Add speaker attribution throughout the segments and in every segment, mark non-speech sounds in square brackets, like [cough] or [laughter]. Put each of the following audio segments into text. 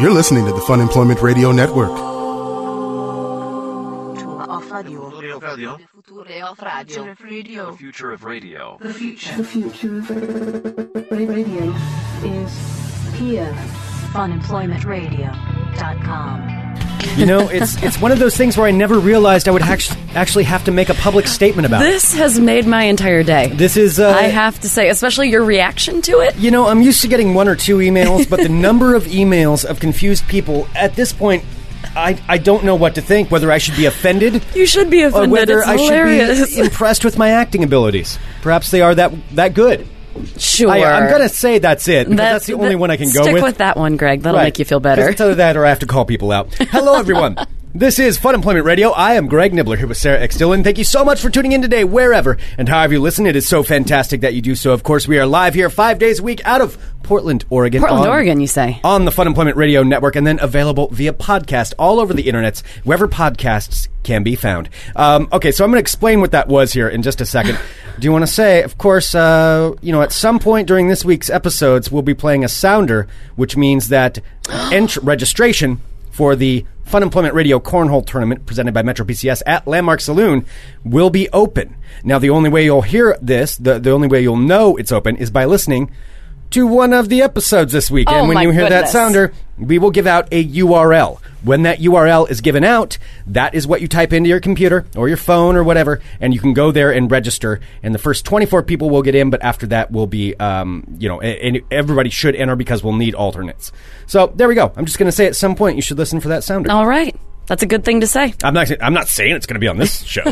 Speaker 1: You're listening to the Fun Employment Radio Network.
Speaker 2: Future of radio.
Speaker 3: Future
Speaker 2: Future of
Speaker 3: of radio.
Speaker 2: radio.
Speaker 3: The future of
Speaker 4: The
Speaker 3: radio.
Speaker 4: future of radio is here.
Speaker 5: funemploymentradio.com.
Speaker 6: You know, it's it's one of those things where I never realized I would hac- actually have to make a public statement about. it.
Speaker 7: This has made my entire day.
Speaker 6: This is uh,
Speaker 7: I have to say, especially your reaction to it.
Speaker 6: You know, I'm used to getting one or two emails, but the number of emails of confused people at this point, I I don't know what to think. Whether I should be offended
Speaker 7: You should be
Speaker 6: or
Speaker 7: offended.
Speaker 6: whether
Speaker 7: it's
Speaker 6: [laughs] I
Speaker 7: hilarious. [laughs]
Speaker 6: should be impressed with my acting abilities. Perhaps they are that that good.
Speaker 7: sure.
Speaker 6: I, I'm gonna say that's it. because
Speaker 7: That-
Speaker 6: that's the only
Speaker 7: that-
Speaker 6: one I can go
Speaker 7: Stick
Speaker 6: with.
Speaker 7: with. that one, Greg. That'll
Speaker 6: Right.
Speaker 7: make you feel better.
Speaker 6: Just either that or I have to call people
Speaker 7: [laughs]
Speaker 6: out. Hello, everyone. this is Fun Employment Radio. I am Greg Nibbler here with Sarah X. Dillon. Thank you so much for tuning in today, wherever and however you listen. It is so fantastic that you do so. Of course, we are live here five days a week out of Portland, Oregon.
Speaker 7: Portland,
Speaker 6: on-
Speaker 7: Oregon, you say?
Speaker 6: On the Fun Employment Radio Network and then available via podcast all over the internets, wherever podcasts can be found. Um, okay, so I'm going to explain what that was here in just a second. Do you want to say, of course, uh, you know, at some point during this week's episodes, we'll be playing a sounder, which means that ent- registration for the Fun Employment Radio Cornhole Tournament presented by Metro PCS at Landmark Saloon will be open. Now, the only way you'll hear this, the, the only way you'll know it's open is by listening to one of the episodes this week.
Speaker 7: Oh,
Speaker 6: and when
Speaker 7: my
Speaker 6: you hear that
Speaker 7: goodness.
Speaker 6: sounder, we will give out a URL. When that URL is given out, that is what you type into your computer or your phone or whatever, and you can go there and register. And the first 24 people will get in, but after that will be, um, you know, a- and everybody should enter because we'll need alternates. So there we go. I'm just going to say at some point you should listen for that sounder.
Speaker 7: All right. That's a good thing to say.
Speaker 6: I'm not. I'm not saying it's going to be on this
Speaker 7: [laughs]
Speaker 6: show.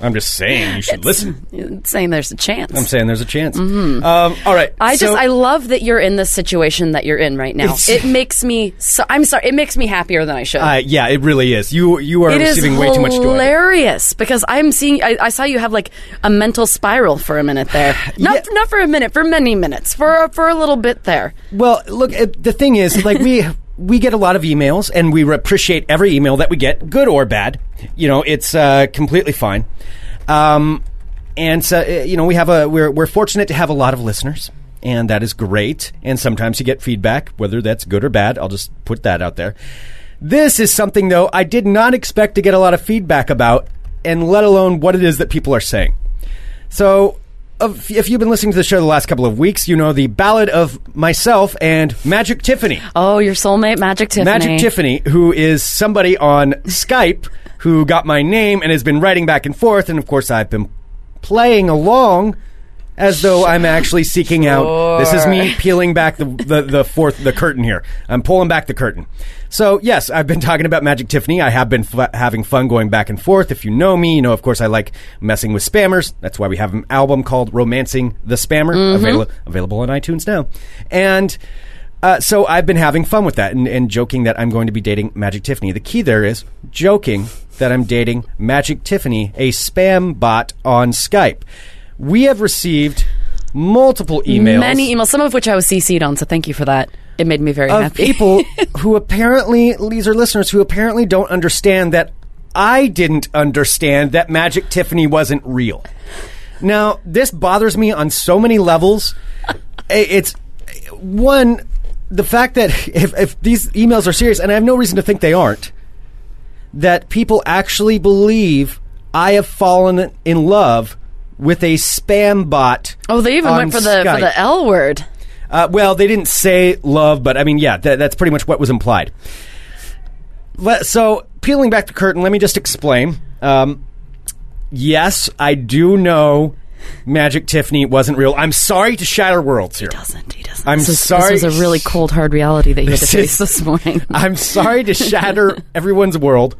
Speaker 6: I'm just saying you should listen.
Speaker 7: It's Mm, saying there's a chance.
Speaker 6: I'm saying there's a chance. Um, all right.
Speaker 7: I just
Speaker 6: so-
Speaker 7: I love that you're in this situation that you're in right now.
Speaker 6: It's-
Speaker 7: It makes me so I'm sorry. It makes me happier than I should.
Speaker 6: Uh, yeah, it really is. You you are
Speaker 7: it is
Speaker 6: receiving way too much joy.
Speaker 7: hilarious because I'm seeing. I, I saw you have like a mental spiral for a minute there. Not
Speaker 6: [sighs] Yeah.
Speaker 7: not for a minute, for many minutes, for a, for a little bit there.
Speaker 6: Well, look, uh, the thing is, like we [laughs] we get a lot of emails, and we appreciate every email that we get, good or bad. You know, it's uh, completely fine. Um, and so, uh, you know, we have a we're we're fortunate to have a lot of listeners, and that is great. And sometimes you get feedback, whether that's good or bad. I'll just put that out there. This is something though I did not expect to get a lot of feedback about, and let alone what it is that people are saying. So, if if you've been listening to the show the last couple of weeks, you know the ballad of myself and Magic Tiffany.
Speaker 7: Oh, your soulmate, Magic Tiffany.
Speaker 6: Magic Tiffany, who is somebody on Skype who got my name and has been writing back and forth, and of course I've been playing along as though I'm actually seeking out. This is me peeling back the, the, the fourth the curtain here. I'm pulling back the curtain. So yes, I've been talking about Magic Tiffany. I have been f- having fun going back and forth. If you know me, you know of course I like messing with spammers. That's why we have an album called "Romancing the Spammer" avail- available on iTunes now. And uh, so I've been having fun with that and, and joking that I'm going to be dating Magic Tiffany. The key there is joking that I'm dating Magic Tiffany, a spam bot on Skype. We have received multiple emails
Speaker 7: Many emails, some of which I was CC'd on, so thank you for that. It made me very
Speaker 6: of
Speaker 7: happy.
Speaker 6: people who apparently these are listeners who apparently don't understand that I didn't understand that Magic Tiffany wasn't real. Now this bothers me on so many levels. I- It's one the fact that [laughs] if, if these emails are serious, and I have no reason to think they aren't, that people actually believe I have fallen in love with a spam bot.
Speaker 7: [laughs] oh, they even
Speaker 6: on
Speaker 7: went for the for
Speaker 6: Skype.
Speaker 7: the L word.
Speaker 6: Uh, well, they didn't say love, but I mean, yeah, tha- that's pretty much what was implied. Let, so, peeling back the curtain, let me just explain. Um, yes, I do know Magic Tiffany wasn't real. I'm sorry to shatter worlds here.
Speaker 7: Doesn't he? Doesn't.
Speaker 6: I'm
Speaker 7: this was,
Speaker 6: sorry.
Speaker 7: This was a really cold, hard reality that you had to
Speaker 6: This
Speaker 7: face
Speaker 6: is-
Speaker 7: this morning.
Speaker 6: I'm sorry to shatter everyone's world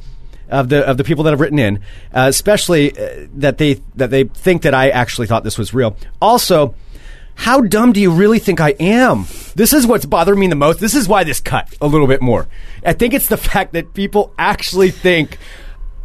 Speaker 6: of the of the people that have written in, uh, especially uh, that they that they think that I actually thought this was real. Also, how dumb do you really think I am? This is what's bothering me the most. This is why this cut a little bit more. I think it's the fact that people actually think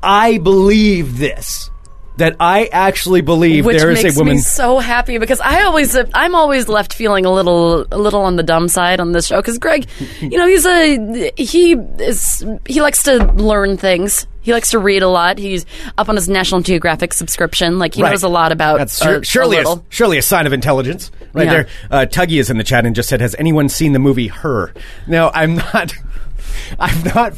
Speaker 6: I believe this. That I actually believe
Speaker 7: [laughs] Which
Speaker 6: there
Speaker 7: makes
Speaker 6: is a woman.
Speaker 7: me so happy because I always I'm always left feeling a little a little on the dumb side on this show because
Speaker 6: [laughs]
Speaker 7: Greg, you know he's a he is he likes to learn things. He likes to read a lot. He's up on his National Geographic subscription. Like he
Speaker 6: Right.
Speaker 7: knows a lot about
Speaker 6: That's
Speaker 7: uh,
Speaker 6: sur- surely
Speaker 7: a
Speaker 6: a,
Speaker 7: little.
Speaker 6: surely a sign of intelligence, right
Speaker 7: Yeah.
Speaker 6: there. Uh, Tuggy is in the chat and just said, "Has anyone seen the movie Her?" No, I'm not. [laughs] I've not,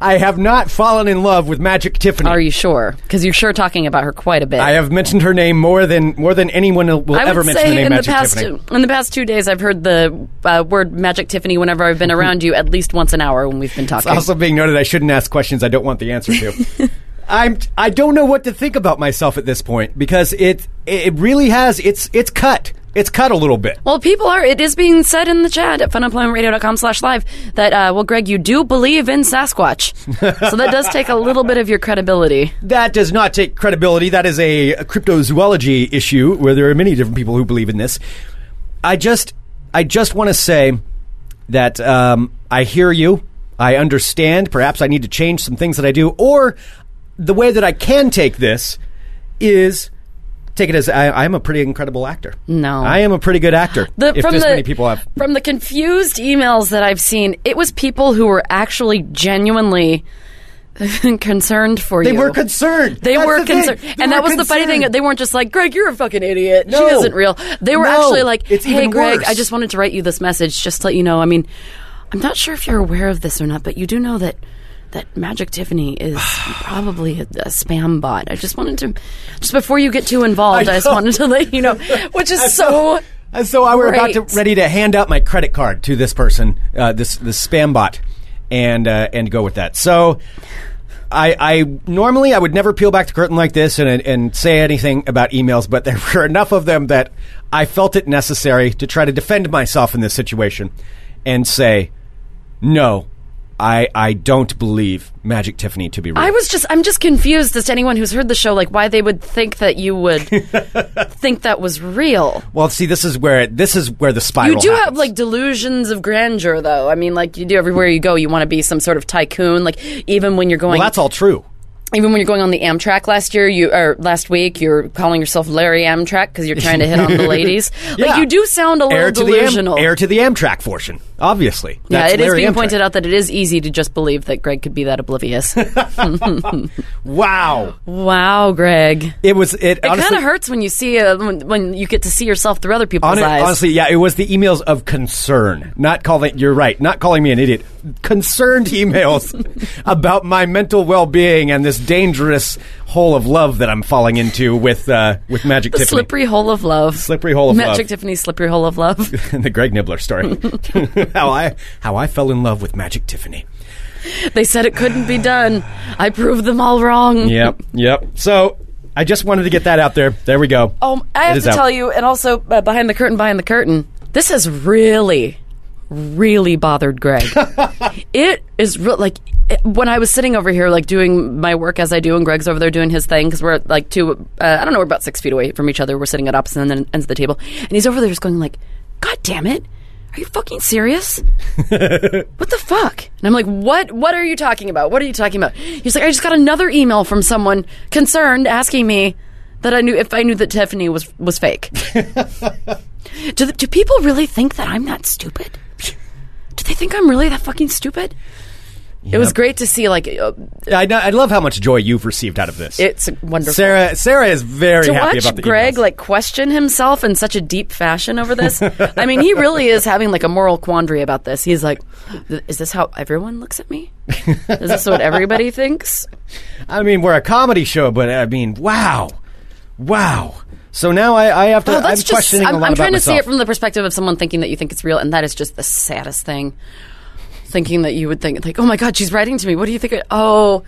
Speaker 6: I have not fallen in love with Magic Tiffany.
Speaker 7: Are you sure? Because you're sure talking about her quite a bit.
Speaker 6: I have mentioned her name more than more than anyone will
Speaker 7: I
Speaker 6: ever
Speaker 7: would
Speaker 6: mention
Speaker 7: say
Speaker 6: the name
Speaker 7: in
Speaker 6: Magic
Speaker 7: the past
Speaker 6: Tiffany.
Speaker 7: in the past two days, I've heard the uh, word Magic Tiffany whenever I've been around you at least once an hour when we've been talking.
Speaker 6: Also being noted, I shouldn't ask questions I don't want the
Speaker 7: [laughs]
Speaker 6: answer to. I'm I don't know what to think about myself at this point because it it really has it's it's cut it's cut a little bit.
Speaker 7: well, people are. It is being said in the chat at funemploymentradio.com/live that uh, well, Greg, you do believe in
Speaker 6: [laughs]
Speaker 7: Sasquatch, so that does take a little bit of your credibility.
Speaker 6: That does not take credibility. That is a cryptozoology issue where there are many different people who believe in this. I just, I just want to say that um, I hear you. I understand. Perhaps I need to change some things that I do, or the way that I can take this is take it as I, I'm a pretty incredible actor.
Speaker 7: No.
Speaker 6: I am a pretty good actor.
Speaker 7: The-
Speaker 6: if this many people have,
Speaker 7: From the confused emails that I've seen, it was people who were actually genuinely [laughs] concerned for
Speaker 6: they
Speaker 7: you.
Speaker 6: were concerned.
Speaker 7: They
Speaker 6: That's
Speaker 7: were
Speaker 6: the thing.
Speaker 7: concerned,
Speaker 6: They
Speaker 7: and that
Speaker 6: were
Speaker 7: was the funny
Speaker 6: concerned.
Speaker 7: thing. They weren't just like, "Greg, you're a fucking idiot.
Speaker 6: No.
Speaker 7: She isn't real." They were
Speaker 6: No.
Speaker 7: actually like,
Speaker 6: It's
Speaker 7: "Hey,
Speaker 6: even
Speaker 7: Greg,
Speaker 6: worse.
Speaker 7: I just wanted to write you this message, just to let you know. I mean, I'm not sure if you're aware of this or not, but you do know that." That Magic Tiffany is
Speaker 6: [sighs]
Speaker 7: probably a, a spam bot. I just wanted to, just before you get too involved, I,
Speaker 6: I
Speaker 7: just
Speaker 6: know.
Speaker 7: wanted to let
Speaker 6: [laughs]
Speaker 7: you know, which is so.
Speaker 6: And so I were about
Speaker 7: Great.
Speaker 6: to ready to hand out my credit card to this person, uh, this this spam bot, and uh, and go with that. So I, I normally I would never peel back the curtain like this and and say anything about emails, but there [laughs] were enough of them that I felt it necessary to try to defend myself in this situation and say no. I, I don't believe Magic Tiffany to be real.
Speaker 7: I was just, I'm just confused as to anyone who's heard the show, like why they would think that you
Speaker 6: [laughs]
Speaker 7: would think that was real.
Speaker 6: well, see, this is where this is where the spiral.
Speaker 7: You do have
Speaker 6: happens.
Speaker 7: like delusions of grandeur, though. I mean, like you do everywhere you go. You want to be some sort of tycoon. Like even when you're going,
Speaker 6: well, that's all true.
Speaker 7: even when you're going on the Amtrak last year, you or last week, you're calling yourself Larry Amtrak because you're trying to hit
Speaker 6: [laughs]
Speaker 7: on the ladies.
Speaker 6: Yeah.
Speaker 7: Like you do sound a little
Speaker 6: heir
Speaker 7: delusional.
Speaker 6: To the Am- heir to the Amtrak fortune, obviously.
Speaker 7: yeah,
Speaker 6: That's
Speaker 7: it is
Speaker 6: Larry
Speaker 7: being
Speaker 6: Amtrak.
Speaker 7: pointed out that it is easy to just believe that Greg could be that oblivious. [laughs]
Speaker 6: Wow,
Speaker 7: wow, Greg. It
Speaker 6: it was it. honestly,
Speaker 7: kind of hurts when you see uh when, when you get to see yourself through other people's
Speaker 6: hon-
Speaker 7: eyes.
Speaker 6: honestly, yeah, it was the emails of concern. Not calling. You're right. Not calling me an idiot. Concerned emails [laughs] about my mental well being and this dangerous hole of love that I'm falling into with uh, with Magic
Speaker 7: the
Speaker 6: Tiffany.
Speaker 7: slippery hole of love.
Speaker 6: Slippery hole of
Speaker 7: Magic
Speaker 6: love.
Speaker 7: Tiffany's slippery hole of love.
Speaker 6: [laughs] the Greg Nibbler story. [laughs] how I how I fell in love with Magic Tiffany.
Speaker 7: They said it couldn't be done. I proved them all wrong.
Speaker 6: Yep, yep. So I just wanted to get that out there. There we go.
Speaker 7: Oh, I
Speaker 6: It
Speaker 7: have
Speaker 6: is
Speaker 7: to
Speaker 6: out.
Speaker 7: tell you, and also uh, behind the curtain, behind the curtain, this has really, really bothered
Speaker 6: [laughs]
Speaker 7: Greg. it is real, like it- when I was sitting over here, like doing my work as I do, and Greg's over there doing his thing because we're like two. Uh, I don't know, we're about six feet away from each other. We're sitting at opposite end- ends of the table, and he's over there just going like, "God damn it." Are you fucking serious? what the fuck? And I'm like, what? What are you talking about? What are you talking about? He's like, I just got another email from someone concerned asking me that I knew if I knew that Tiffany was was fake. do, the, do people really think that I'm that stupid? Do they think I'm really that fucking stupid? It was great to see. Like, uh,
Speaker 6: I, know- I love how much joy you've received out of this.
Speaker 7: it's wonderful.
Speaker 6: Sarah Sarah is very
Speaker 7: to
Speaker 6: happy about
Speaker 7: watch
Speaker 6: the
Speaker 7: Greg
Speaker 6: emails.
Speaker 7: like question himself in such a deep fashion over this. I mean, he really is having like a moral quandary about this. He's like, "Is this how everyone looks at me? Is this what everybody thinks?"
Speaker 6: I mean, we're a comedy show, but I mean, wow, wow. So now I, I have to.
Speaker 7: Well,
Speaker 6: I'm
Speaker 7: Oh, that's just,
Speaker 6: questioning
Speaker 7: I'm,
Speaker 6: a lot
Speaker 7: I'm
Speaker 6: about
Speaker 7: trying to
Speaker 6: myself.
Speaker 7: see it from the perspective of someone thinking that you think it's real, and that is just the saddest thing. Thinking that you would think like, oh my god, she's writing to me. What do you think? It, oh,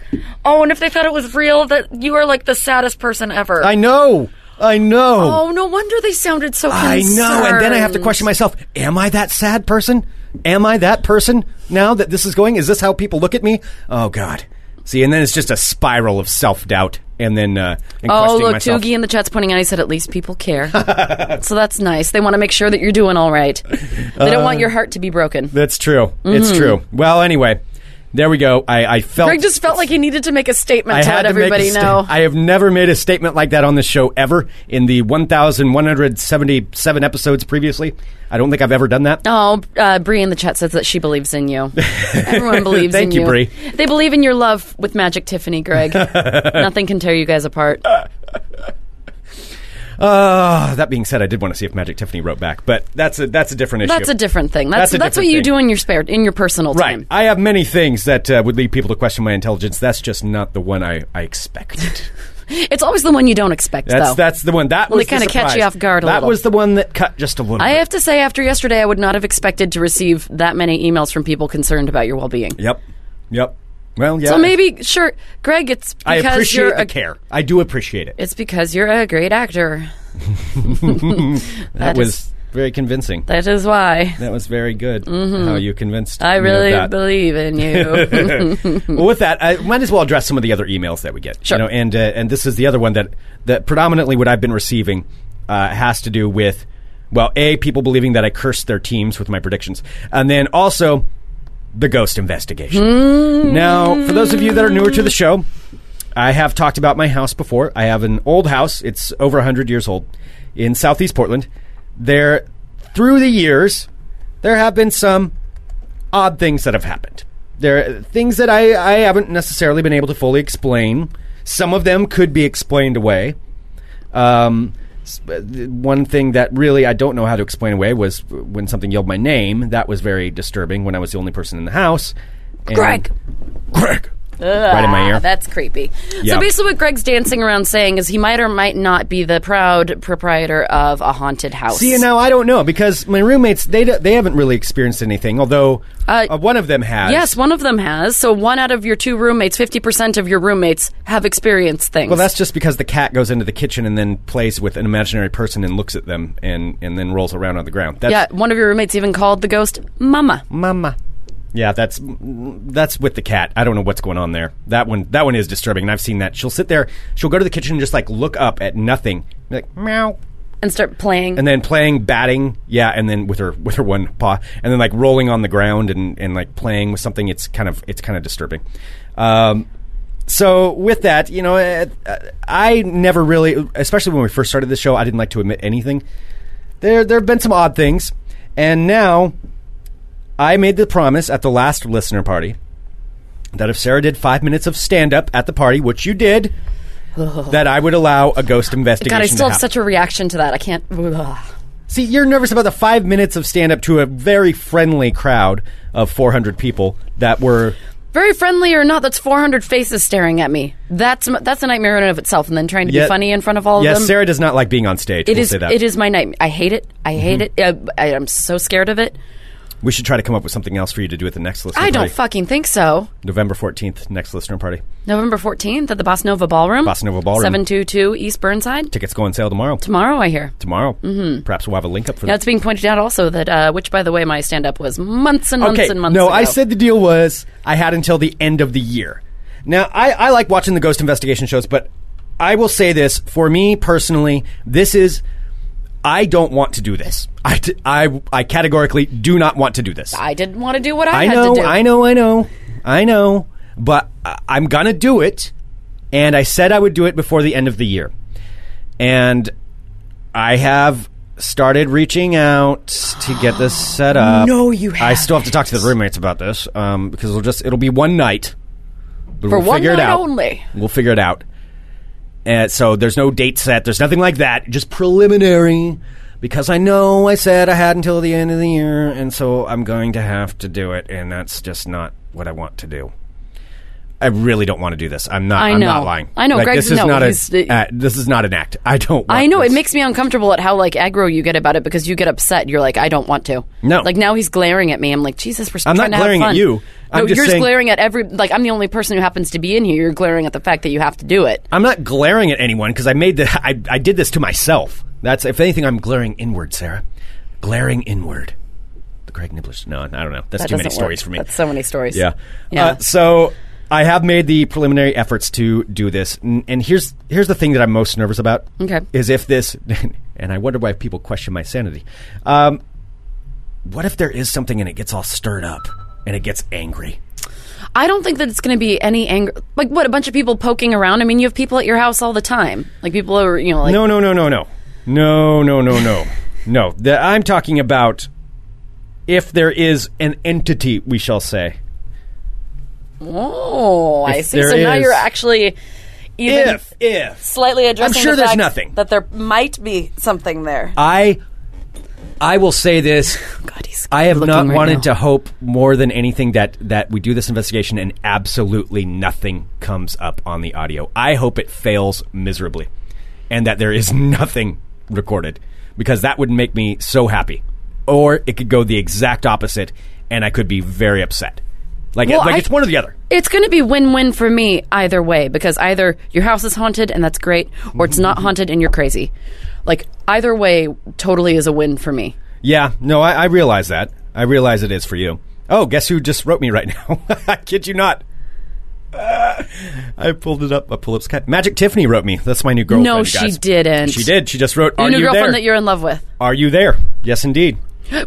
Speaker 7: oh, and if they thought it was real, that you are like the saddest person ever.
Speaker 6: I know, I know,
Speaker 7: oh, no wonder they sounded so.
Speaker 6: I know. And then I have to
Speaker 7: concerned.
Speaker 6: question myself: Am I that sad person? Am I that person now that this is going? Is this how people look at me? Oh God. See, and then it's just a spiral of self doubt, and then uh, and
Speaker 7: Oh,
Speaker 6: questioning
Speaker 7: look,
Speaker 6: myself.
Speaker 7: Toogie in the chat's pointing out. He said at least people care, [laughs] so that's nice. They want to make sure that you're doing all right. They don't
Speaker 6: Uh,
Speaker 7: want your heart to be broken.
Speaker 6: That's true. It's true. Well, anyway, there we go. I, I felt
Speaker 7: Mm-hmm. Greg just felt like he needed to make a statement
Speaker 6: I
Speaker 7: to
Speaker 6: had
Speaker 7: let
Speaker 6: to make a
Speaker 7: everybody
Speaker 6: sta-
Speaker 7: know.
Speaker 6: I have never made a statement like that on the show ever in the 1,177 episodes previously. I don't think I've ever done that.
Speaker 7: Oh, uh, Bree in the chat says that she believes in
Speaker 6: [laughs]
Speaker 7: you. Everyone believes
Speaker 6: Thank
Speaker 7: in you.
Speaker 6: you, Bree.
Speaker 7: They believe in your love
Speaker 6: [laughs]
Speaker 7: with Magic Tiffany, Greg. Nothing can tear you guys apart.
Speaker 6: Uh, that being said, I did want to see if Magic Tiffany wrote back, but that's a that's a different issue.
Speaker 7: That's a different thing. That's
Speaker 6: That's a
Speaker 7: that's, what
Speaker 6: different
Speaker 7: you
Speaker 6: thing.
Speaker 7: do in your spare in your personal
Speaker 6: Right.
Speaker 7: time.
Speaker 6: I have many things that uh, would lead people to question my intelligence. That's just not the one I, I
Speaker 7: [laughs]
Speaker 6: expected.
Speaker 7: It's always the one you don't expect
Speaker 6: That's
Speaker 7: though.
Speaker 6: that's the one that
Speaker 7: Well,
Speaker 6: was
Speaker 7: they
Speaker 6: the
Speaker 7: kinda catch
Speaker 6: surprise.
Speaker 7: you off guard a
Speaker 6: that
Speaker 7: little.
Speaker 6: was the one that cut just a little.
Speaker 7: I
Speaker 6: bit.
Speaker 7: have to say, after yesterday, I would not have expected to receive that many emails from people concerned about your well-being.
Speaker 6: Yep. Yep. Well, yeah.
Speaker 7: So maybe, sure, Greg, it's
Speaker 6: I
Speaker 7: because
Speaker 6: appreciate
Speaker 7: you're
Speaker 6: the
Speaker 7: a,
Speaker 6: care. I do appreciate it.
Speaker 7: It's because you're a great actor.
Speaker 6: [laughs] that
Speaker 7: that
Speaker 6: was
Speaker 7: is-
Speaker 6: very convincing.
Speaker 7: That is why
Speaker 6: That was very good. How you convinced?
Speaker 7: Mm-hmm. I
Speaker 6: me of
Speaker 7: really
Speaker 6: that.
Speaker 7: believe in
Speaker 6: [laughs]
Speaker 7: you.
Speaker 6: well, with that, I might as well address some of the other emails that we get.
Speaker 7: Sure.
Speaker 6: You know, and uh, and this is the other one that that predominantly what I've been receiving uh, has to do with well, a people believing that I cursed their teams with my predictions, and then also the ghost investigation. Now, for those of you that are newer to the show, I have talked about my house before. I have an old house; it's over hundred years old in Southeast Portland. There, through the years, there have been some odd things that have happened. There are things that I, I haven't necessarily been able to fully explain. Some of them could be explained away. Um, s- uh, th- one thing that really I don't know how to explain away was when something yelled my name. That was very disturbing when I was the only person in the house. And-
Speaker 7: Greg.
Speaker 6: Greg! right in my ear.
Speaker 7: Ah, That's creepy.
Speaker 6: Yeah.
Speaker 7: So basically, what Greg's dancing around saying is he might or might not be the proud proprietor of a haunted house.
Speaker 6: See, now I don't know because my roommates, they, d- they haven't really experienced anything, although
Speaker 7: Uh,
Speaker 6: uh, one of them has.
Speaker 7: Yes, one of them has. So one out of your two roommates, fifty percent of your roommates have experienced things.
Speaker 6: Well, that's just because the cat goes into the kitchen and then plays with an imaginary person and looks at them and, and then rolls around on the ground. That's
Speaker 7: yeah. One of your roommates even called the ghost "mama."
Speaker 6: mama. Yeah, that's that's with the cat. I don't know what's going on there. That one that one is disturbing, and I've seen that. She'll sit there, she'll go to the kitchen and just like look up at nothing, be like meow,
Speaker 7: and start playing.
Speaker 6: and then playing batting. Yeah, and then with her with her one paw, and then like rolling on the ground and and like playing with something. It's kind of it's kind of disturbing. Um, so with that, you know, uh, uh, I never really, especially when we first started the show, I didn't like to admit anything. There there have been some odd things, and now I made the promise at the last listener party that if Sarah did five minutes of stand up at the party, which you did. That I would allow a ghost investigation.
Speaker 7: God, I still
Speaker 6: to
Speaker 7: have
Speaker 6: happen.
Speaker 7: such a reaction to that. I can't. ugh.
Speaker 6: See, you're nervous about the five minutes of stand up to a very friendly crowd of 400 people that were.
Speaker 7: Very friendly or not, that's 400 faces staring at me. That's m- that's a nightmare in and of itself. And then trying to
Speaker 6: Yet-
Speaker 7: be funny in front of all
Speaker 6: yes,
Speaker 7: of them.
Speaker 6: Sarah does not like being on stage.
Speaker 7: It
Speaker 6: we'll
Speaker 7: is-
Speaker 6: say that. Mm-hmm.
Speaker 7: It is my nightmare. I hate it. I hate it. Uh, I, I'm so scared of it.
Speaker 6: We should try to come up with something else for you to do at the next listener
Speaker 7: I don't
Speaker 6: party.
Speaker 7: fucking think so.
Speaker 6: November 14th, next listener party.
Speaker 7: November 14th at the Bossa Nova Ballroom.
Speaker 6: Bossa Nova Ballroom.
Speaker 7: 722 East Burnside.
Speaker 6: Tickets go on sale tomorrow.
Speaker 7: Tomorrow, I hear.
Speaker 6: tomorrow. Mm-hmm. Perhaps we'll have a link up for
Speaker 7: Now,
Speaker 6: that.
Speaker 7: it's being pointed out also that, uh, which, by the way, my stand up was months and months
Speaker 6: okay.
Speaker 7: and months
Speaker 6: no,
Speaker 7: ago.
Speaker 6: I said the deal was I had until the end of the year. Now, I, I like watching the ghost investigation shows, but I will say this for me personally, this is. I don't want to do this. I, d- I, I categorically do not want to do this.
Speaker 7: I didn't want to do what I,
Speaker 6: I
Speaker 7: had
Speaker 6: know,
Speaker 7: to do.
Speaker 6: I know, I know, I know. But I- I'm gonna do it, and I said I would do it before the end of the year, and I have started reaching out to get this
Speaker 7: [gasps]
Speaker 6: set up.
Speaker 7: No, you
Speaker 6: I still have to talk to the roommates about this um, because it'll just it'll be one night. But
Speaker 7: For
Speaker 6: we'll
Speaker 7: one
Speaker 6: figure it
Speaker 7: night
Speaker 6: out.
Speaker 7: only.
Speaker 6: We'll figure it out. And so there's no date set. There's nothing like that. Just preliminary. Because I know I said I had until the end of the year, and so I'm going to have to do it, and that's just not what I want to do. I really don't want to do this. I'm not.
Speaker 7: I
Speaker 6: am
Speaker 7: know.
Speaker 6: not lying.
Speaker 7: I know,
Speaker 6: Like,
Speaker 7: Greg's-
Speaker 6: this is
Speaker 7: no,
Speaker 6: not
Speaker 7: he's-
Speaker 6: a. uh, this is not an act. I don't. Want
Speaker 7: I know
Speaker 6: this.
Speaker 7: it makes me uncomfortable at how like aggro you get about it because you get upset. You're like, I don't want to.
Speaker 6: No.
Speaker 7: like now he's glaring at me. I'm like, Jesus, we're
Speaker 6: I'm not
Speaker 7: trying to have
Speaker 6: glaring at
Speaker 7: fun.
Speaker 6: you. I'm
Speaker 7: no,
Speaker 6: just
Speaker 7: you're
Speaker 6: saying-
Speaker 7: glaring at every. Like I'm the only person who happens to be in here. You're glaring at the fact that you have to do it.
Speaker 6: I'm not glaring at anyone because I made the I, I did this to myself. That's if anything, I'm glaring inward, Sarah. Glaring inward. The Craig Nibblers. No, I don't know. That's
Speaker 7: That
Speaker 6: too many
Speaker 7: doesn't
Speaker 6: stories
Speaker 7: work.
Speaker 6: for me.
Speaker 7: That's so many stories.
Speaker 6: Yeah.
Speaker 7: Yeah.
Speaker 6: Uh, so I have made the preliminary efforts to do this, and, and here's here's the thing that I'm most nervous about.
Speaker 7: Okay.
Speaker 6: Is if this, [laughs] and I wonder why people question my sanity. Um, what if there is something and it gets all stirred up and it gets angry?
Speaker 7: I don't think that it's going to be any anger. Like what a bunch of people poking around. I mean, you have people at your house all the time. Like people are you know like
Speaker 6: No, no, no, no, no, no, no, no, no, no. The, I'm talking about if there is an entity, we shall say.
Speaker 7: oh I
Speaker 6: If
Speaker 7: see.
Speaker 6: there
Speaker 7: "Oh, So now
Speaker 6: is-
Speaker 7: you're actually. even
Speaker 6: if if
Speaker 7: slightly addressing.
Speaker 6: sure
Speaker 7: the
Speaker 6: there's
Speaker 7: fact
Speaker 6: nothing.
Speaker 7: that there might be something there.
Speaker 6: I I will say this.
Speaker 7: God, he's
Speaker 6: I have
Speaker 7: looking
Speaker 6: not
Speaker 7: right
Speaker 6: wanted
Speaker 7: now.
Speaker 6: to hope more than anything that that we do this investigation and absolutely nothing comes up on the audio. I hope it fails miserably and that there is [laughs] nothing recorded because that would make me so happy. Or it could go the exact opposite and I could be very upset. Like
Speaker 7: Well,
Speaker 6: like
Speaker 7: I-
Speaker 6: it's one or the other.
Speaker 7: It's going to be win-win for me either way because either your house is haunted and that's great, or it's
Speaker 6: [laughs]
Speaker 7: not haunted and you're crazy. Like either way, totally is a win for me.
Speaker 6: Yeah, no, I, I realize that. I realize it is for you. Oh, guess who just wrote me right now? [laughs] I kid you not. Uh, I pulled it up. I pull up Skype. Magic Tiffany wrote me. That's my new girlfriend.
Speaker 7: No, she
Speaker 6: guys.
Speaker 7: didn't.
Speaker 6: She did. She just wrote.
Speaker 7: Your
Speaker 6: Are
Speaker 7: new
Speaker 6: you
Speaker 7: girlfriend
Speaker 6: there?
Speaker 7: that you're in love with.
Speaker 6: Are you there? Yes, indeed.